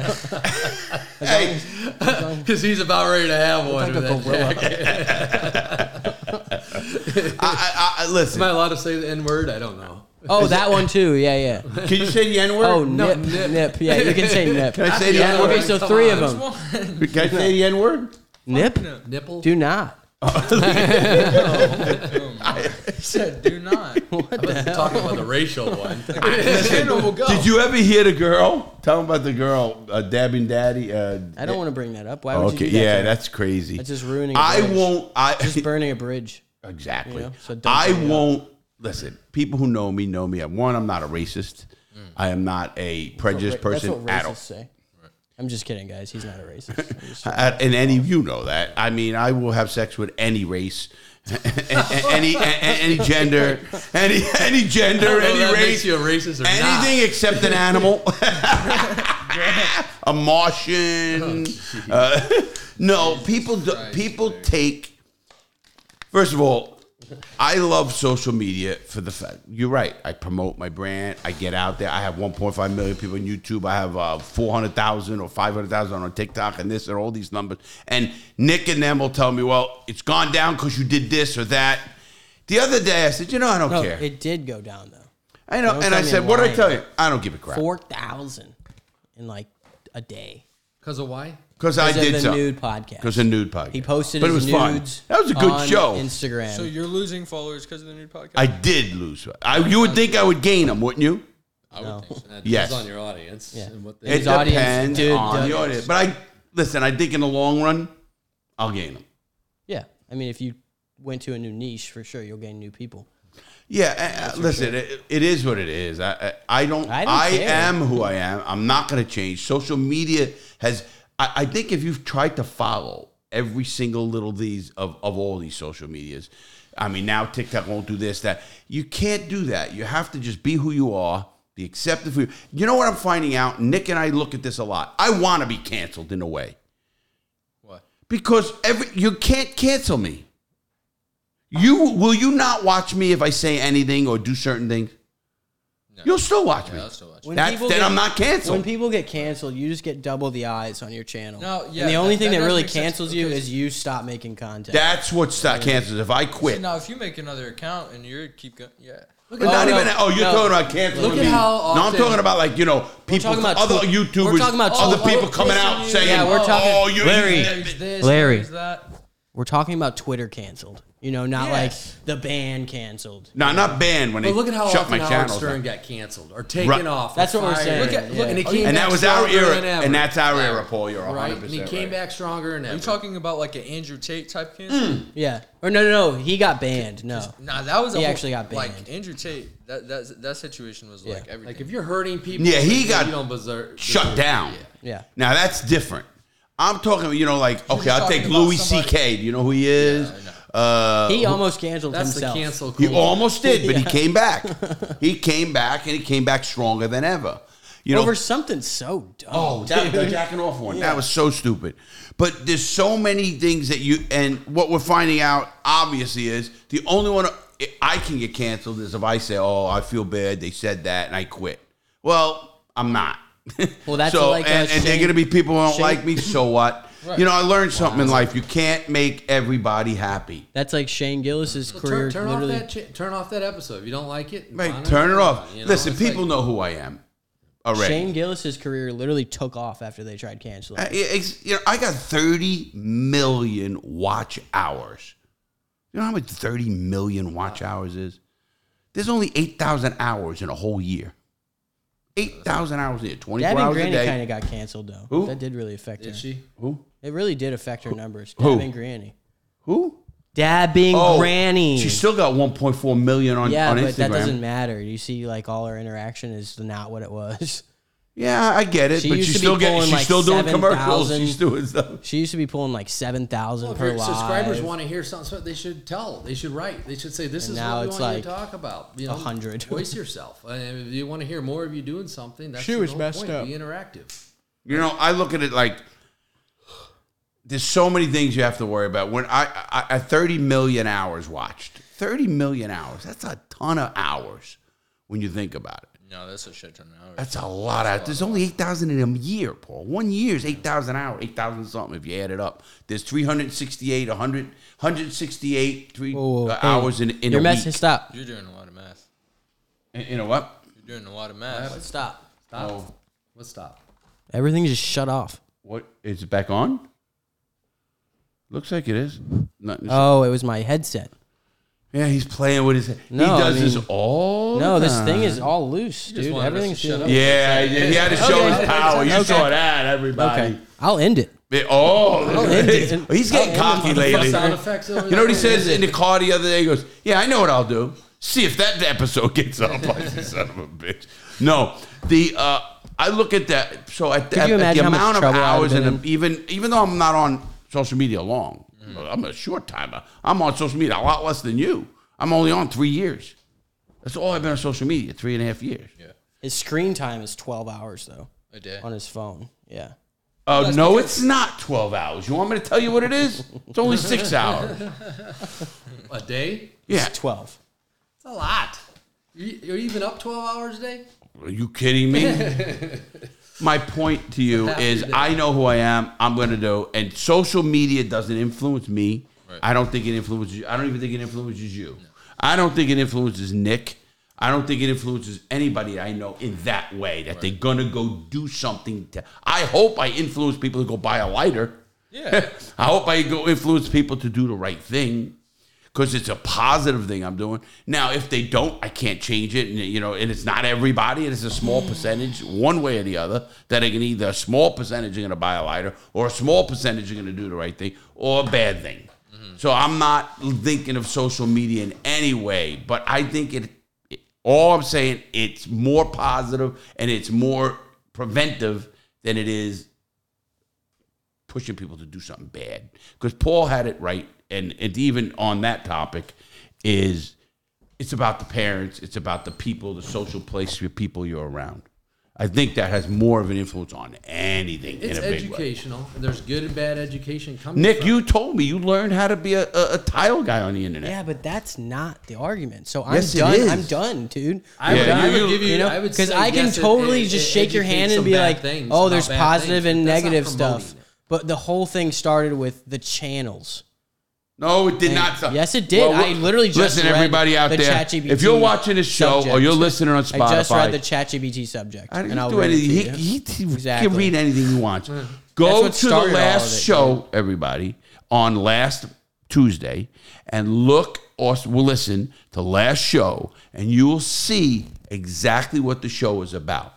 S8: Because he's about ready to have
S6: like a
S8: one. with that
S6: gorilla.
S8: jacket.
S5: I, I, I,
S8: Am I
S5: listen,
S8: allowed to say the N word? I don't know.
S6: Oh, that one too. Yeah, yeah.
S5: can you say the N word?
S6: Oh,
S8: No,
S6: nip,
S8: nip.
S6: nip, Yeah, you can say nip.
S5: Can I say the N
S6: Okay,
S5: word?
S6: so
S8: Come
S6: three
S8: on.
S6: of them.
S7: Oh
S5: Can I say the N word?
S6: Nip?
S8: Nipple.
S6: Do not.
S7: He said, "Do not."
S8: talking about the racial one.
S7: Tanner will go.
S5: Did you ever hear the girl? Tell them about the girl uh, dabbing daddy. Uh,
S6: I don't want to bring that up. Why would
S5: Okay,
S6: you do
S5: yeah,
S6: that? Jared?
S5: that's crazy.
S6: That's just ruining a
S5: I
S6: bridge.
S5: won't. I
S6: just burning a bridge.
S5: Exactly.
S6: You know, so don't
S5: I
S6: bring it up.
S5: won't listen. People who know me know me. I'm One, I'm not a racist. I am not a prejudiced
S6: Mm. That's what
S5: person at all.
S6: racists say. I'm just kidding, guys. He's not a racist. I'm just-
S5: I- and any of you know that. I mean, I will have sex with any race, any, any any gender, any any gender,
S8: know if
S5: any
S8: that
S5: race.
S8: makes you a racist or not.
S5: anything except an animal, a Martian. Uh, no, people do, people take. First of all, I love social media for the fact you're right. I promote my brand. I get out there. I have 1.5 million people on YouTube. I have uh, 400,000 or 500,000 on TikTok and this and all these numbers. And Nick and them will tell me, well, it's gone down because you did this or that. The other day, I said, you know, I don't
S6: no,
S5: care.
S6: it did go down though.
S5: I know.
S6: Don't
S5: And
S6: tell
S5: I
S6: me
S5: said,
S6: I'm
S5: what did I
S6: lying.
S5: tell you? I don't give a crap.
S6: Four thousand in like a day.
S8: Because of why?
S5: Because I
S6: Because of
S5: did
S6: the
S5: something.
S6: nude podcast.
S5: Because a nude podcast.
S6: He posted
S5: But
S6: his
S5: it was
S6: nudes.
S5: Fun. That was a good
S6: on
S5: show.
S6: Instagram.
S7: So you're losing followers because of the new podcast.
S5: I did lose. I, you would think I would gain them, wouldn't you?
S8: I would think so. That depends
S5: Yes.
S8: on your audience.
S6: Yeah.
S8: And what they,
S5: It
S6: His audience
S5: depends
S6: did,
S5: on the
S6: uh,
S5: audience. But I listen. I think in the long run, I'll gain them.
S6: yeah, I mean, if you went to a new niche, for sure you'll gain new people.
S5: Yeah, uh, uh, listen, it, it is what it is. I I, I don't.
S6: I
S5: I,
S6: don't care.
S5: am who I am. I'm not going to change. Social media has. I, I think if you've tried to follow every single little these of of all these social medias, I mean now TikTok won't do this that you can't do that. You have to just be who you are. Be accepted for you. You know what I'm finding out? Nick and I look at this a lot. I want to be canceled in a way
S7: what?
S5: because every you can't cancel me. You will you not watch me if I say anything or do certain things? You'll still watch me.
S7: I'll still watch.
S6: When
S5: That's,
S6: people
S5: then
S6: get-
S5: I'm not
S6: When
S5: canceled.
S6: people get canceled, you just get double the eyes on your channel.
S7: No, yeah,
S6: and the only
S7: that-
S6: thing
S7: that
S6: that,
S7: does
S6: really
S7: make sense.
S6: cancels you
S7: Okay.
S6: is you stop making content.
S5: That's what sta- cancels. If I quit,
S7: Now, if you make another account and you keep going, yeah.
S5: But not
S6: no,
S5: even. Oh, you're
S6: no.
S5: talking about canceling
S8: Look
S5: me.
S8: at how
S5: no, I'm
S8: often-
S5: talking about like you know people,
S6: talking about
S5: other
S6: tw-
S5: YouTubers,
S6: we're talking about
S5: other
S6: tw-
S5: people coming out
S7: Yeah,
S5: saying,
S6: we're talking-
S5: "Oh, you're
S6: Larry.
S7: There's this,
S6: Larry.
S7: there's that.
S6: We're talking about Twitter canceled. You know, not
S7: Yes.
S6: like the band canceled.
S5: No, not banned when they
S8: but look at how
S5: shut
S8: often
S5: my
S8: Howard
S5: channel.
S8: Stern
S5: down.
S8: got canceled or taken
S5: Right.
S8: off. or
S6: That's what we're
S8: fired.
S6: saying.
S7: Look at- look-
S8: and he
S7: Oh,
S8: came
S7: yeah.
S5: And
S8: back
S5: that was our
S8: stronger
S5: era,
S8: than ever.
S5: and that's our era, Paul. You're 100
S8: right. And he
S5: percent
S8: came back stronger than ever.
S7: You talking about like an Andrew Tate type cancel?
S5: Hmm.
S6: Yeah. Or no, no, no. He got banned. No.
S7: Nah, that was a
S6: He
S7: whole-
S6: actually got banned.
S7: Like Andrew Tate, that that that situation was like
S6: Yeah.
S7: everything.
S8: like if you're hurting people,
S5: Yeah, he
S8: you
S5: got
S8: don't deserve,
S5: shut
S8: deserve-
S5: down.
S6: Yeah.
S5: Now that's different. I'm talking, you know, like okay, I'll
S7: talking
S5: take
S7: about
S5: Louis
S7: somebody-
S5: C.K. Do you know who he is? uh,
S6: He almost canceled
S8: That's
S6: himself.
S8: the cancel
S5: he
S8: culture.
S5: almost did, but he came back. he came back, and he came back stronger than ever. You know,
S6: Over something so dumb.
S5: Oh, that, the jacking off one. That was so stupid. But there's so many things that you and what we're finding out obviously is the only one I can get canceled is if I say, "Oh, I feel bad. They said that, and I quit." Well, I'm not.
S6: Well, that's
S5: so,
S6: like, uh,
S5: and, and they're
S6: Shane-
S5: gonna be people who don't
S6: Shane-
S5: like me. So what? You know, I learned something in life. You can't make everybody happy.
S6: That's like Shane Gillis's career.
S8: turn, turn off
S6: literally.
S8: that cha- turn off that episode. If you don't like it,
S5: Right?
S8: find
S5: Turn it
S8: another
S5: off.
S8: one, you know?
S5: Listen,
S8: It's like-
S5: people know who I am already.
S6: Shane Gillis's career literally took off after they tried canceling.
S5: I- Uh, it's- you know, I got 30 million watch hours. You know how much 30 million watch hours is? There's only 8,000 hours in a whole year. 8,000 hours a year, 24
S6: Dab and
S5: hours a
S6: Granny
S5: day.
S6: kind of got canceled though.
S5: Who?
S6: That did really affect her.
S8: Did she?
S5: Who?
S6: It really did affect her numbers.
S5: Who?
S6: Dab and Granny.
S5: Who? Oh,
S6: dabbing granny.
S5: She still got 1.4 million on,
S6: yeah,
S5: on
S6: but
S5: Instagram.
S6: that doesn't matter. You see, like all her interaction is not what it was.
S5: yeah, I get it,
S6: She
S5: but
S6: used
S5: she's
S6: to be
S5: still getting,
S6: pulling,
S5: she's
S6: like,
S5: still doing commercials.
S6: 7,000.
S5: She's doing stuff.
S6: She used to be pulling like seven thousand
S8: Well, if
S6: per
S8: your
S6: live.
S8: subscribers want to hear something, so they should tell. They should write. They should say, "This
S6: And
S8: is
S6: now
S8: what we
S6: it's
S8: want you to
S6: like
S8: talk about." You know,
S6: 100.
S8: Voice yourself. And if you want to hear more of you doing something, that's
S6: She
S8: the
S6: was
S8: whole
S6: messed
S8: point.
S6: up.
S8: Be interactive.
S5: You know, I look at it like there's so many things you have to worry about. When I, I, I 30 million hours watched, 30 million hours. That's a ton of hours when you think about it.
S7: No, that's a shit ton of hours.
S5: That's a lot of. There's only eight thousand in a year, Paul. One year is eight thousand hours, eight thousand something if you add it up. There's 368, 100, 168 three,
S6: Whoa,
S5: uh,
S6: hey,
S5: hours in in
S6: Your
S5: a
S6: message.
S5: week.
S6: Stop.
S7: You're doing a lot of math.
S5: In, in a what? Oh,
S7: You're doing a lot of math.
S6: Stop.
S8: Stop. Let's stop.
S6: Everything just shut off.
S5: What is it back on? Looks like it is. Nothing.
S6: Oh, it was my headset.
S5: yeah, he's playing with his.
S6: No,
S5: he
S6: I
S5: does this
S6: mean-
S5: all.
S6: No,
S5: the
S6: this
S5: time.
S6: thing is all loose, dude.
S8: wanted us to
S6: Everything's
S8: shut
S6: just
S8: up.
S5: Yeah, he did. He had to show
S6: Okay.
S5: his power. You
S6: Okay.
S5: saw that,
S6: Okay,
S5: everybody.
S6: I'll end it.
S5: It- oh,
S6: end
S5: he's,
S6: it.
S5: he's getting
S6: I'll end
S5: cocky
S6: it.
S5: lately.
S8: Sound effects over
S5: You know what he
S8: there.
S5: says in the car the other day? He goes, "Yeah, I know what I'll do. See if that episode gets up." I said, "Son of a bitch." No, the uh, I look at that. So at,
S6: Could
S5: at-
S6: you
S5: at the
S6: imagine how much
S5: amount of
S6: trouble I'd have
S5: hours
S6: been
S5: and
S6: in?
S5: even even though I'm not on social media long, I'm a short timer. I'm on social media a lot less than you. I'm only on three years. That's all I've been on social media three and a half years. Uh,
S6: His screen time is twelve hours though
S7: A day.
S6: on his phone. Yeah.
S5: Oh no, it's not twelve hours. You want me to tell you what it is? It's only six hours.
S8: A day?
S5: Yeah,
S6: It's twelve.
S8: It's a lot. You- You're even up 12 hours a day?
S5: Are you kidding me? My point to you is I know who I am. I'm going to do. And social media doesn't influence me. I don't think it influences you. I don't even think it influences you. I don't think it influences Nick. I don't think it influences anybody I know in that way that they're going to go do something. To, I hope I influence people to go buy a lighter.
S7: Yeah.
S5: I hope I go influence people to do the right thing because it's a positive thing I'm doing. Now, if they don't, I can't change it, and you know, and it's not everybody. It is a small percentage, one way or the other, that I can either a small percentage are going to buy a lighter, or a small percentage are going to do the right thing, or a bad thing. So I'm not thinking of social media in any way, but I think it. it- All I'm saying, it's more positive and it's more preventive than it is pushing people to do something bad. Because Paul had it right, and and even on that topic, is it's about the parents, it's about the people, the social place, your people you're around. I think that has more of an influence on anything in
S8: It's
S5: a big way.
S8: educational. and There's good and bad education coming
S5: Nick,
S8: from
S5: you told me you learned how to be a, a, a tile guy on the internet.
S6: Yeah, but that's not the argument. So I'm
S5: Yes, it
S6: done.
S5: is.
S6: I'm done, dude.
S8: I would,
S5: Yeah,
S8: I would
S5: you-
S8: give you,
S6: you know,
S8: I would
S6: because
S8: say
S6: I can
S8: yes, it-
S6: totally
S8: it-
S6: just
S8: it
S6: shake your
S8: educates
S6: hand and
S8: some
S6: be
S8: bad
S6: like,
S8: things
S6: "Oh,
S8: about
S6: there's
S8: bad
S6: positive
S8: things,
S6: and
S8: but that's not
S6: negative
S8: promoting
S6: stuff."
S8: it.
S6: But the whole thing started with the channels.
S5: No, it did not.
S6: Yes, it did. I literally just
S5: listen,
S6: read
S5: everybody out
S6: the
S5: there.
S6: ChatGPT
S5: if you're watching this show or
S6: subject.
S5: you're listening on Spotify,
S6: I just read the ChatGPT subject,
S5: I didn't
S6: and I'll
S5: do
S6: read
S5: anything.
S6: it
S5: He,
S6: to you.
S5: he, he
S6: Exactly.
S5: can read anything he wants.
S6: That's
S5: Go
S6: what
S5: to the
S6: started all of
S5: last
S6: it,
S5: show, everybody, on last Tuesday, and look or s- well, listen to last show, and you will see exactly what the show is about.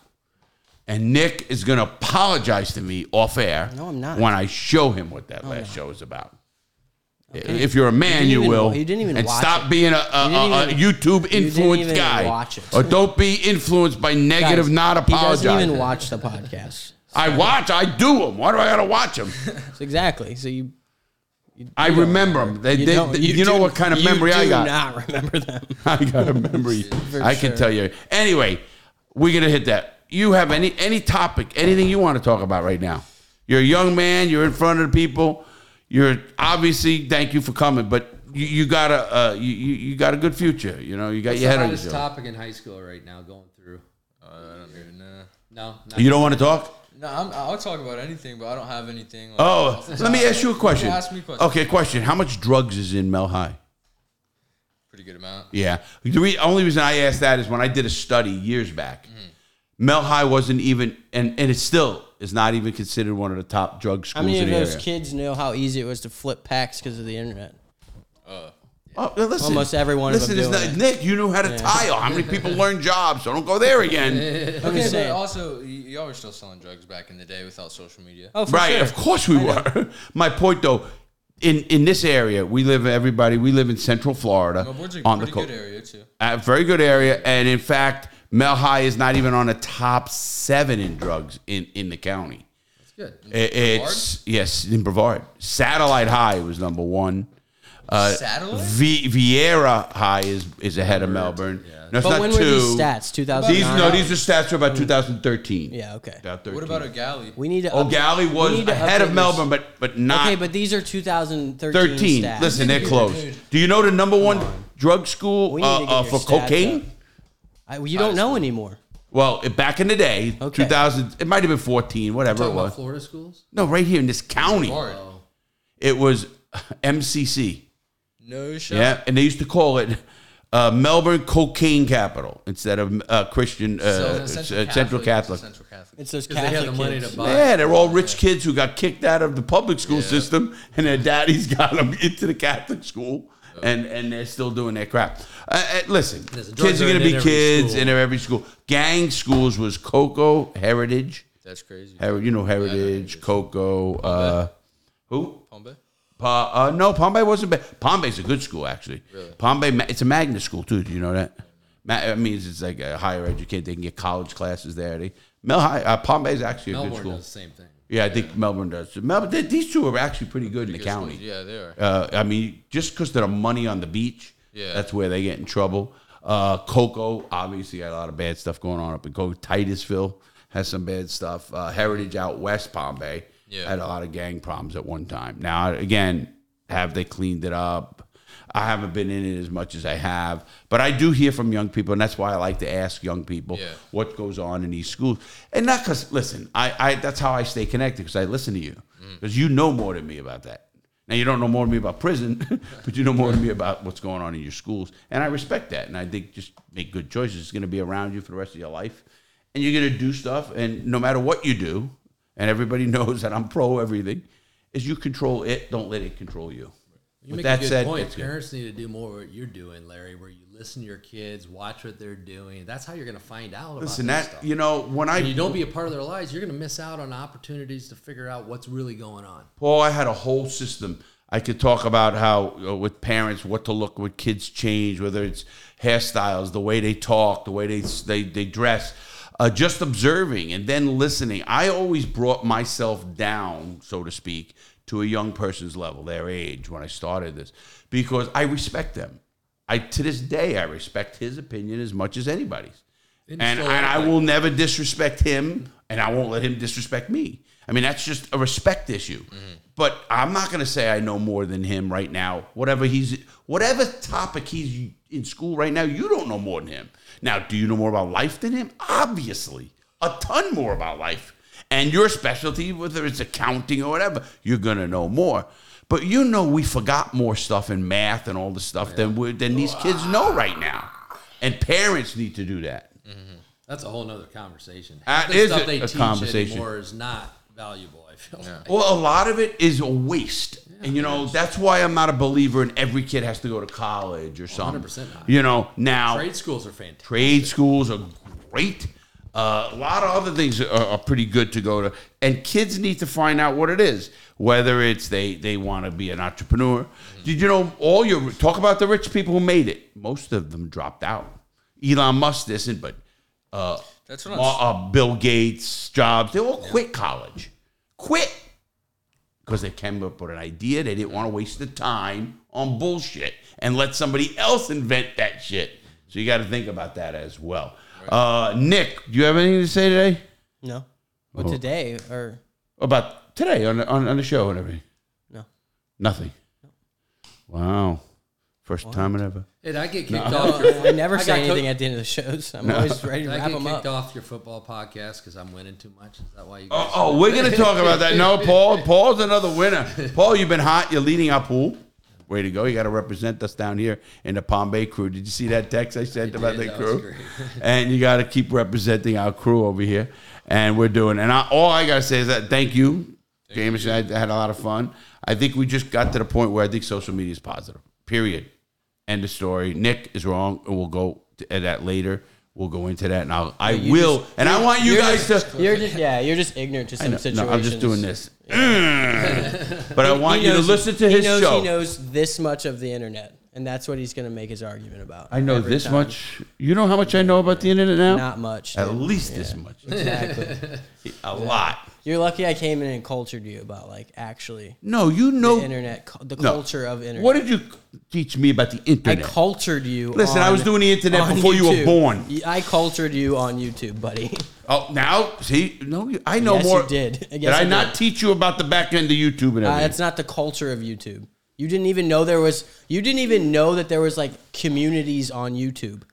S5: And Nick is going to apologize to me off air.
S6: No, I'm not. Oh,
S5: When I show him what that last show is about. If you're a man, you,
S6: You didn't even-
S5: will.
S6: you didn't even
S5: and
S6: watch
S5: stop
S6: it.
S5: being a, a,
S6: didn't
S5: a, a
S6: even-
S5: YouTube
S6: you didn't
S5: influenced
S6: even
S5: guy.
S6: watch it.
S5: Or don't be influenced by
S6: Guys,
S5: negative. not apologize.
S6: He doesn't even watch the podcast.
S5: I watch. I do them. Why do I gotta watch them?
S6: So exactly. So you,
S5: I remember them. They,
S6: you,
S5: you,
S6: don't,
S5: you, know
S6: do-
S5: what kind of
S6: you
S5: memory I
S6: do
S5: got.
S6: Not remember them.
S5: I got a memory. I can
S6: sure.
S5: tell you. Anyway, we're gonna hit that. You have any any topic, anything you want to talk about right now? You're a young man. You're in front of the people. You're obviously. Thank you for coming, but you, you got a uh, you, you you got a good future. You know, you got
S8: What's
S5: your
S8: the
S5: head on your
S8: hottest
S5: shoulders.
S8: topic in high school right now going through?
S7: I don't even know.
S8: No, not
S5: You don't want to talk.
S7: No, I'm, I'll talk about anything, but I don't have anything. Like,
S5: Oh, let me ask you a question.
S7: ask me a question.
S5: Okay, question. How much drugs is in Mel High?
S7: Pretty good amount.
S5: Yeah. The re- only reason I asked that is when I did a study years back,
S6: Mm-hmm.
S5: Mel High wasn't even, and, and it still is not even considered one of the top drug
S6: How
S5: schools
S6: many
S5: in
S6: of
S5: the
S6: those
S5: area.
S6: kids know how easy it was to flip packs because of the internet?
S5: Oh, well, listen,
S6: Almost every one of
S5: listen,
S6: them
S5: it's not-
S6: doing
S5: Nick, you knew how to tile. How many people learn jobs? So don't go there again.
S6: I'm
S7: Okay,
S6: just
S7: but
S6: saying.
S7: also, y- y'all were still selling drugs back in the day without social media.
S6: oh, for
S5: right.
S6: sure.
S5: Of course we were. My point though, in in this area we live. Everybody, we live in Central Florida
S7: Melbourne's a
S5: on the
S7: pretty
S5: coast.
S7: good area too.
S5: A very good area, and in fact, Mel High is not even on the top seven in drugs in in the county.
S8: Good.
S5: It- It's yes in Brevard. Satellite High was number one. Uh,
S7: Satellite?
S5: Vi- Vieira High is is ahead of Melbourne. No, it's
S6: But
S5: not
S6: when
S5: two.
S6: were these stats? 2009?
S5: These no, these are stats from about 2013.
S6: Yeah, okay.
S5: About
S7: What
S5: 13.
S7: about O'Galley?
S6: We need to. up-
S5: O'Galley
S6: we
S5: was
S6: need to
S5: ahead
S6: update
S5: of
S6: this.
S5: Melbourne, but but not
S6: Okay, but these are 2013
S5: 13.
S6: stats.
S5: Listen, they're
S7: Dude,
S5: close.
S7: dude.
S5: Do you know the number one drug school
S6: We
S5: uh,
S6: need to get
S5: uh,
S6: your
S5: for
S6: stats
S5: cocaine?
S6: up. I, you don't know anymore.
S5: Well, it- back in the day,
S6: Okay.
S5: 2000, it might have been 14, whatever it
S8: Talking about
S5: was.
S8: Florida schools?
S5: No, right here in this county,
S7: Hard.
S6: Oh.
S5: it was MCC.
S7: No shot.
S5: Yeah, and they used to call it uh, Melbourne Cocaine Capital instead of uh, Christian uh,
S7: So
S5: Central, Central Catholic.
S7: Central Catholic.
S6: It's those
S8: Because they
S6: Catholic
S8: had the money
S6: kids.
S8: to buy.
S5: Yeah, they're all rich kids who got kicked out of the public school system, and their daddy's got them into the Catholic school, and and they're still doing their crap. Uh, uh, listen,
S8: Listen, drugs
S5: kids are going
S8: are
S5: to
S8: in
S5: be
S8: every
S5: kids
S8: school.
S5: in every school. Gang schools was Coco Heritage,
S7: That's crazy.
S5: Her- you know Heritage, Coco. Uh, who?
S7: Pombe?
S5: Pa- uh, no, Pompeii wasn't bad. Pompeii's a good school actually. Pompeii, ma- it's a magnet school too. Do you know that? Ma- it means it's like a higher education. They can get college classes there. They, Mel High, uh, Pompeii's actually a good
S8: Melbourne
S5: school.
S8: does the same thing.
S5: Yeah, I think Melbourne does. So Melbourne, th- these two are actually pretty good in the county.
S7: Yeah, they are.
S5: Uh, I mean, just because they're money on the beach,
S7: Yeah.
S5: that's where they get in trouble. Uh, Coco, obviously, got a lot of bad stuff going on up in Coco. Titusville has some bad stuff. Uh, Heritage out west, Palm Bay,
S7: Yeah.
S5: had a lot of gang problems at one time. Now, again, have they cleaned it up? I haven't been in it as much as I have, but I do hear from young people, and that's why I like to ask young people
S7: Yeah.
S5: what goes on in these schools. And not because, listen, I, I that's how I stay connected because I listen to you because you know more than me about that. Now you don't know more than me about prison, but you know more than me about what's going on in your schools, and I respect that. And I think just make good choices. It's going to be around you for the rest of your life, and you're going to do stuff. And no matter what you do, and everybody knows that I'm pro everything, is you control it. Don't let it control you.
S8: You make a good point.
S5: that's good.
S8: Parents need to do more what you're doing, Larry, where you listen to your kids, watch what they're doing. That's how you're going to find out
S5: listen,
S8: about this
S5: that
S8: stuff.
S5: you know when I
S8: and you don't be a part of their lives, you're going to miss out on opportunities to figure out what's really going on.
S5: Paul, I had a whole system. I could talk about how you know, with parents what to look, what kids change, whether it's hairstyles, the way they talk, the way they they, they dress, uh, just observing and then listening. I always brought myself down, so to speak, to a young person's level, their age when I started this, because I respect them. I to this day I respect his opinion as much as anybody's, and and I will never disrespect him, and I won't let him disrespect me. I mean that's just a respect issue. But I'm not going to say I know more than him right now. Whatever he's whatever topic he's in school right now, you don't know more than him. Now, do you know more about life than him? Obviously, a ton more about life. And your specialty, whether it's accounting or whatever, you're gonna know more. But you know, we forgot more stuff in math and all the stuff than we, than these kids know right now. And parents need to do that.
S8: That's a whole nother conversation.
S5: That
S8: the
S5: Ah, is
S8: stuff
S5: a-
S8: they
S5: a
S8: teach
S5: conversation.
S8: anymore is not valuable. I feel like.
S5: Well, a lot of it is a waste. and you know, that's why I'm not a believer in every kid has to go to college or something.
S8: 100% not.
S5: You know, now
S8: trade schools are fantastic.
S5: trade schools are great. Uh, a lot of other things are, are pretty good to go to, and kids need to find out what it is. Whether it's they they want to be an entrepreneur.
S7: Mm-hmm.
S5: Did you know all your talk about the rich people who made it? Most of them dropped out. Elon Musk isn't, but uh,
S7: That's what I'm
S5: Ma- uh, Bill Gates, Jobs, they all quit college, quit because they came up with an idea. They didn't want to waste the time on bullshit and let somebody else invent that shit. So you got to think about that as well. Uh, Nick, do you have anything to say today Oh.
S6: No. But today, or
S5: about today on the, on, on the show and everything?
S6: no.
S5: Nothing. Wow, first time in ever.
S8: And I get kicked off. Your,
S6: I never say
S8: got
S6: anything
S8: cooked-
S6: at the end of the shows. I'm always ready to
S8: I
S6: wrap
S8: get
S6: them
S8: kicked
S6: up.
S8: off your football podcast because I'm winning too much. Is that why you?
S5: Oh,
S8: Guys
S5: oh, we're gonna talk about that. No, Paul. Paul's another winner. Paul, you've been hot. You're leading our pool. Way to go! You got to represent us down here in the Palm Bay crew. Did you see that text I sent about
S8: did.
S5: the
S8: That was
S5: crew?
S8: great.
S5: and you got to keep representing our crew over here, and we're doing. And I, all I gotta say is that thank you, James. I had a lot of fun. I think we just got to the point where I think social media is positive. Period. End of story. Nick is wrong, and we'll go to that later. We'll go into that, and I'll, I
S6: you
S5: will,
S6: just-
S5: and I want you
S6: you're
S5: guys
S6: just-
S5: to.
S6: You're just yeah. You're just ignorant to some
S5: No,
S6: situations.
S5: no, I'm just doing this, Mm. but I want
S6: He
S5: you to
S6: knows-
S5: listen to
S6: he
S5: his
S6: knows
S5: show.
S6: He knows this much of the internet, and that's what he's going to make his argument about.
S5: I know
S6: every
S5: this
S6: time.
S5: much. You know how much I know about the internet now?
S6: Not much.
S5: At
S6: dude.
S5: least this much.
S6: Exactly.
S5: A lot.
S6: You're lucky I came in and cultured you about like actually
S5: No, you know
S6: the internet, cu- the
S5: No.
S6: culture of internet.
S5: What did you teach me about the
S6: I
S5: internet?
S6: cultured you.
S5: Listen, I
S6: on-
S5: was doing the internet
S6: on
S5: before you were
S6: YouTube.
S5: born.
S6: Y- I cultured you on YouTube, buddy.
S5: oh, now see, no, you- I know
S6: Yes, you
S5: more.
S6: did. Yes,
S5: did I
S6: you
S5: not
S6: did.
S5: teach you about the back end of YouTube and everything?
S6: Uh, that's not the culture of YouTube. You didn't even know there was. You didn't even know that there was like communities on YouTube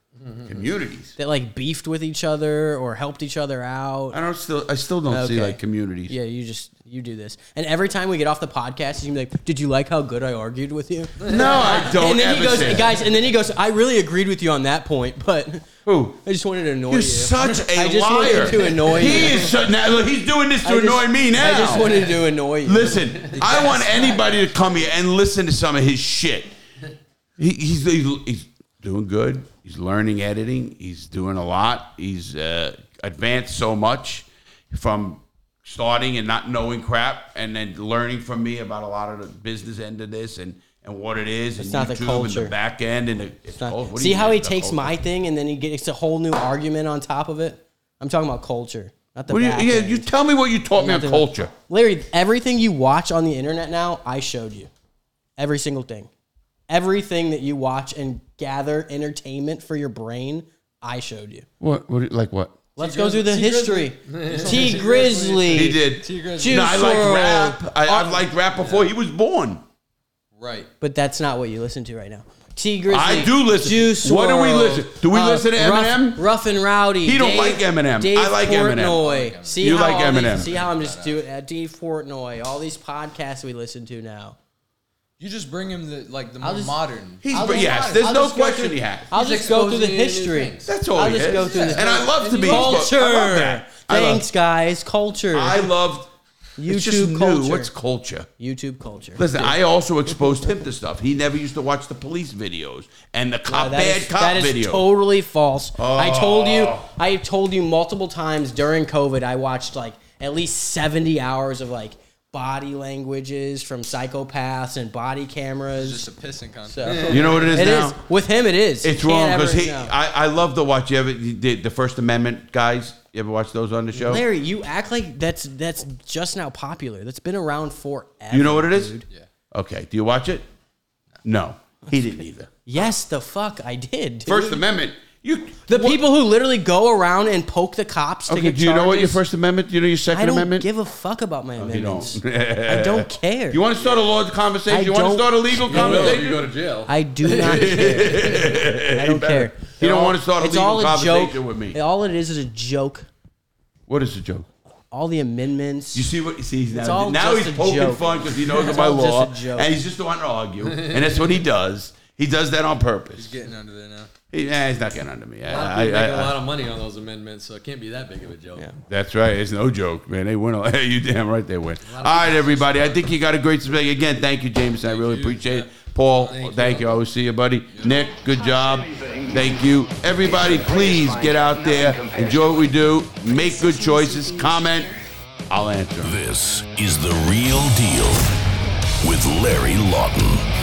S5: communities.
S6: that like beefed with each other or helped each other out.
S5: I don't still. I still don't see
S6: Okay.
S5: like communities.
S6: Yeah, you just you do this, and every time we get off the podcast, you can be like, "Did you like how good I argued with you?"
S5: No, I don't.
S6: and then he
S5: ever
S6: goes,
S5: say that.
S6: guys, and then he goes, "I really agreed with you on that point, but
S5: Who?
S6: I just wanted to annoy
S5: You're
S6: you.
S5: such a
S6: I just
S5: liar.
S6: wanted to annoy
S5: he
S6: you.
S5: is so, now. Look, he's doing this to
S6: I
S5: annoy
S6: just-
S5: me now.
S6: I just wanted to annoy you.
S5: Listen, I want anybody to come here and listen to some of his shit. He, he's, he's he's doing good. He's learning editing. He's doing a lot. He's uh, advanced so much from starting and not knowing crap, and then learning from me about a lot of the business end of this and. And what it is, and
S6: It's not the
S5: YouTube and
S6: culture.
S5: the back end, and the, it's
S6: Not-
S5: oh, what do
S6: Uh, See
S5: you
S6: how
S5: mean
S6: he
S5: it's not
S6: takes
S5: culture?
S6: my thing and then he gets a whole new argument on top of it. I'm talking about culture, not the
S5: What do you-
S6: back
S5: yeah,
S6: end.
S5: you tell me what you taught me on
S6: Nothing about-
S5: culture.
S6: Larry, everything you watch on the internet now, I showed you. Every single thing. Everything that you watch and gather entertainment for your brain, I showed you.
S5: What? What? Like what?
S6: Let's
S7: T
S6: go through the
S7: Grizzly.
S6: history. T Grizzly.
S5: He did.
S7: T-Grizzly.
S6: Juice
S5: No, I
S6: WRLD.
S5: like rap. I, I like rap before he was born.
S7: Right.
S6: But that's not what you listen to right now. T Grizzly.
S5: I do listen.
S6: Juice
S5: What do we
S6: WRLD,
S5: listen- do we listen to
S6: Rough-
S5: Eminem?
S6: Rough, and Rowdy.
S5: He don't like Eminem.
S6: Dave
S5: I like Eminem.
S6: Portnoy. See
S5: You
S6: how
S5: like
S6: all these-
S5: Eminem.
S6: see how I'm just doing uh, Dave Portnoy. All these podcasts we listen to now.
S7: You just bring him the like the
S6: I'll
S7: more
S6: just-
S7: modern.
S5: He's
S6: I'll just-
S5: yes. There's
S6: I'll
S5: no
S6: just go
S5: question
S6: through-
S5: he has.
S6: I'll
S7: He's
S6: just go through the
S7: exposing you to new
S6: history.
S7: things.
S5: That's all
S6: I'll
S5: he
S6: just
S5: is.
S6: go through the
S5: and I love to be
S6: culture.
S5: I love that. I love-
S6: Thanks, guys. Culture.
S5: I love
S6: YouTube
S5: it's just new.
S6: culture.
S5: What's culture?
S6: YouTube culture.
S5: Listen, I also exposed him to stuff. He never used to watch the police videos and the
S6: Uh,
S5: cop
S6: that
S5: bad
S6: is-
S5: cop
S6: that is
S5: video. Oh.
S6: totally false. I told you. I have told you multiple times during COVID. I watched like at least seventy hours of like body languages from psychopaths and body
S7: It's
S6: cameras.
S7: just a pissing contest.
S6: So
S5: you know what it is
S6: it
S5: now?
S6: is with him. It is.
S5: It's
S6: You can't
S5: wrong because
S6: ever
S5: he.
S6: know.
S5: I, I love to watch. You ever you did the First Amendment guys? You ever watch those on the show?
S6: Larry, you act like that's that's just now popular. That's been around forever.
S5: you know what it is?
S6: dude.
S5: Yeah. Okay. Do you watch it? No, he didn't either.
S6: Yes, the fuck I did. dude.
S5: First Amendment. You
S6: the
S5: what-
S6: people who literally go around and poke the cops. to
S5: Okay,
S6: get
S5: do you know what your
S6: charges,
S5: First Amendment? Do you know your Second
S6: I don't
S5: Amendment?
S6: give a fuck about my
S5: you
S6: amendments.
S5: don't.
S6: I don't care.
S5: you want to start a law conversation?
S6: I
S5: you want to
S6: don't-
S5: start a legal
S8: You will if
S5: conversation?
S8: you go to jail.
S6: I do not care. I don't care.
S5: You don't
S6: All-
S5: want to start a
S6: it's
S5: legal
S6: all
S5: conversation
S6: joke.
S5: with me.
S6: All it is is a joke.
S5: What is the joke?
S6: All the amendments.
S5: You see what you see? He's
S6: It's
S5: now
S6: all
S5: now
S6: just
S5: he's
S6: a
S5: poking
S6: joke.
S5: fun because he knows
S6: It's
S5: about
S6: all just
S5: law,
S6: a joke.
S5: and he's just want to argue, and that's what he does. He does that on purpose.
S7: Getting under there now.
S5: He, eh, he's not getting under me.
S8: A lot of
S5: I, I,
S8: people
S5: I,
S8: make a
S5: I-
S8: lot of money on those amendments, so it can't be that big of a joke.
S5: That's right. It's no joke, man. They win. all- you damn right they win. All right, everybody. I think you got a great subject. Again, thank you, Jameson. I really appreciate it. Paul, thank, you. I always see you, buddy. Nick, good job. Thank you. Everybody, please get out there. Enjoy what we do. Make good choices. Comment. I'll answer 'em.
S4: This is The Real Deal with Larry Lawton.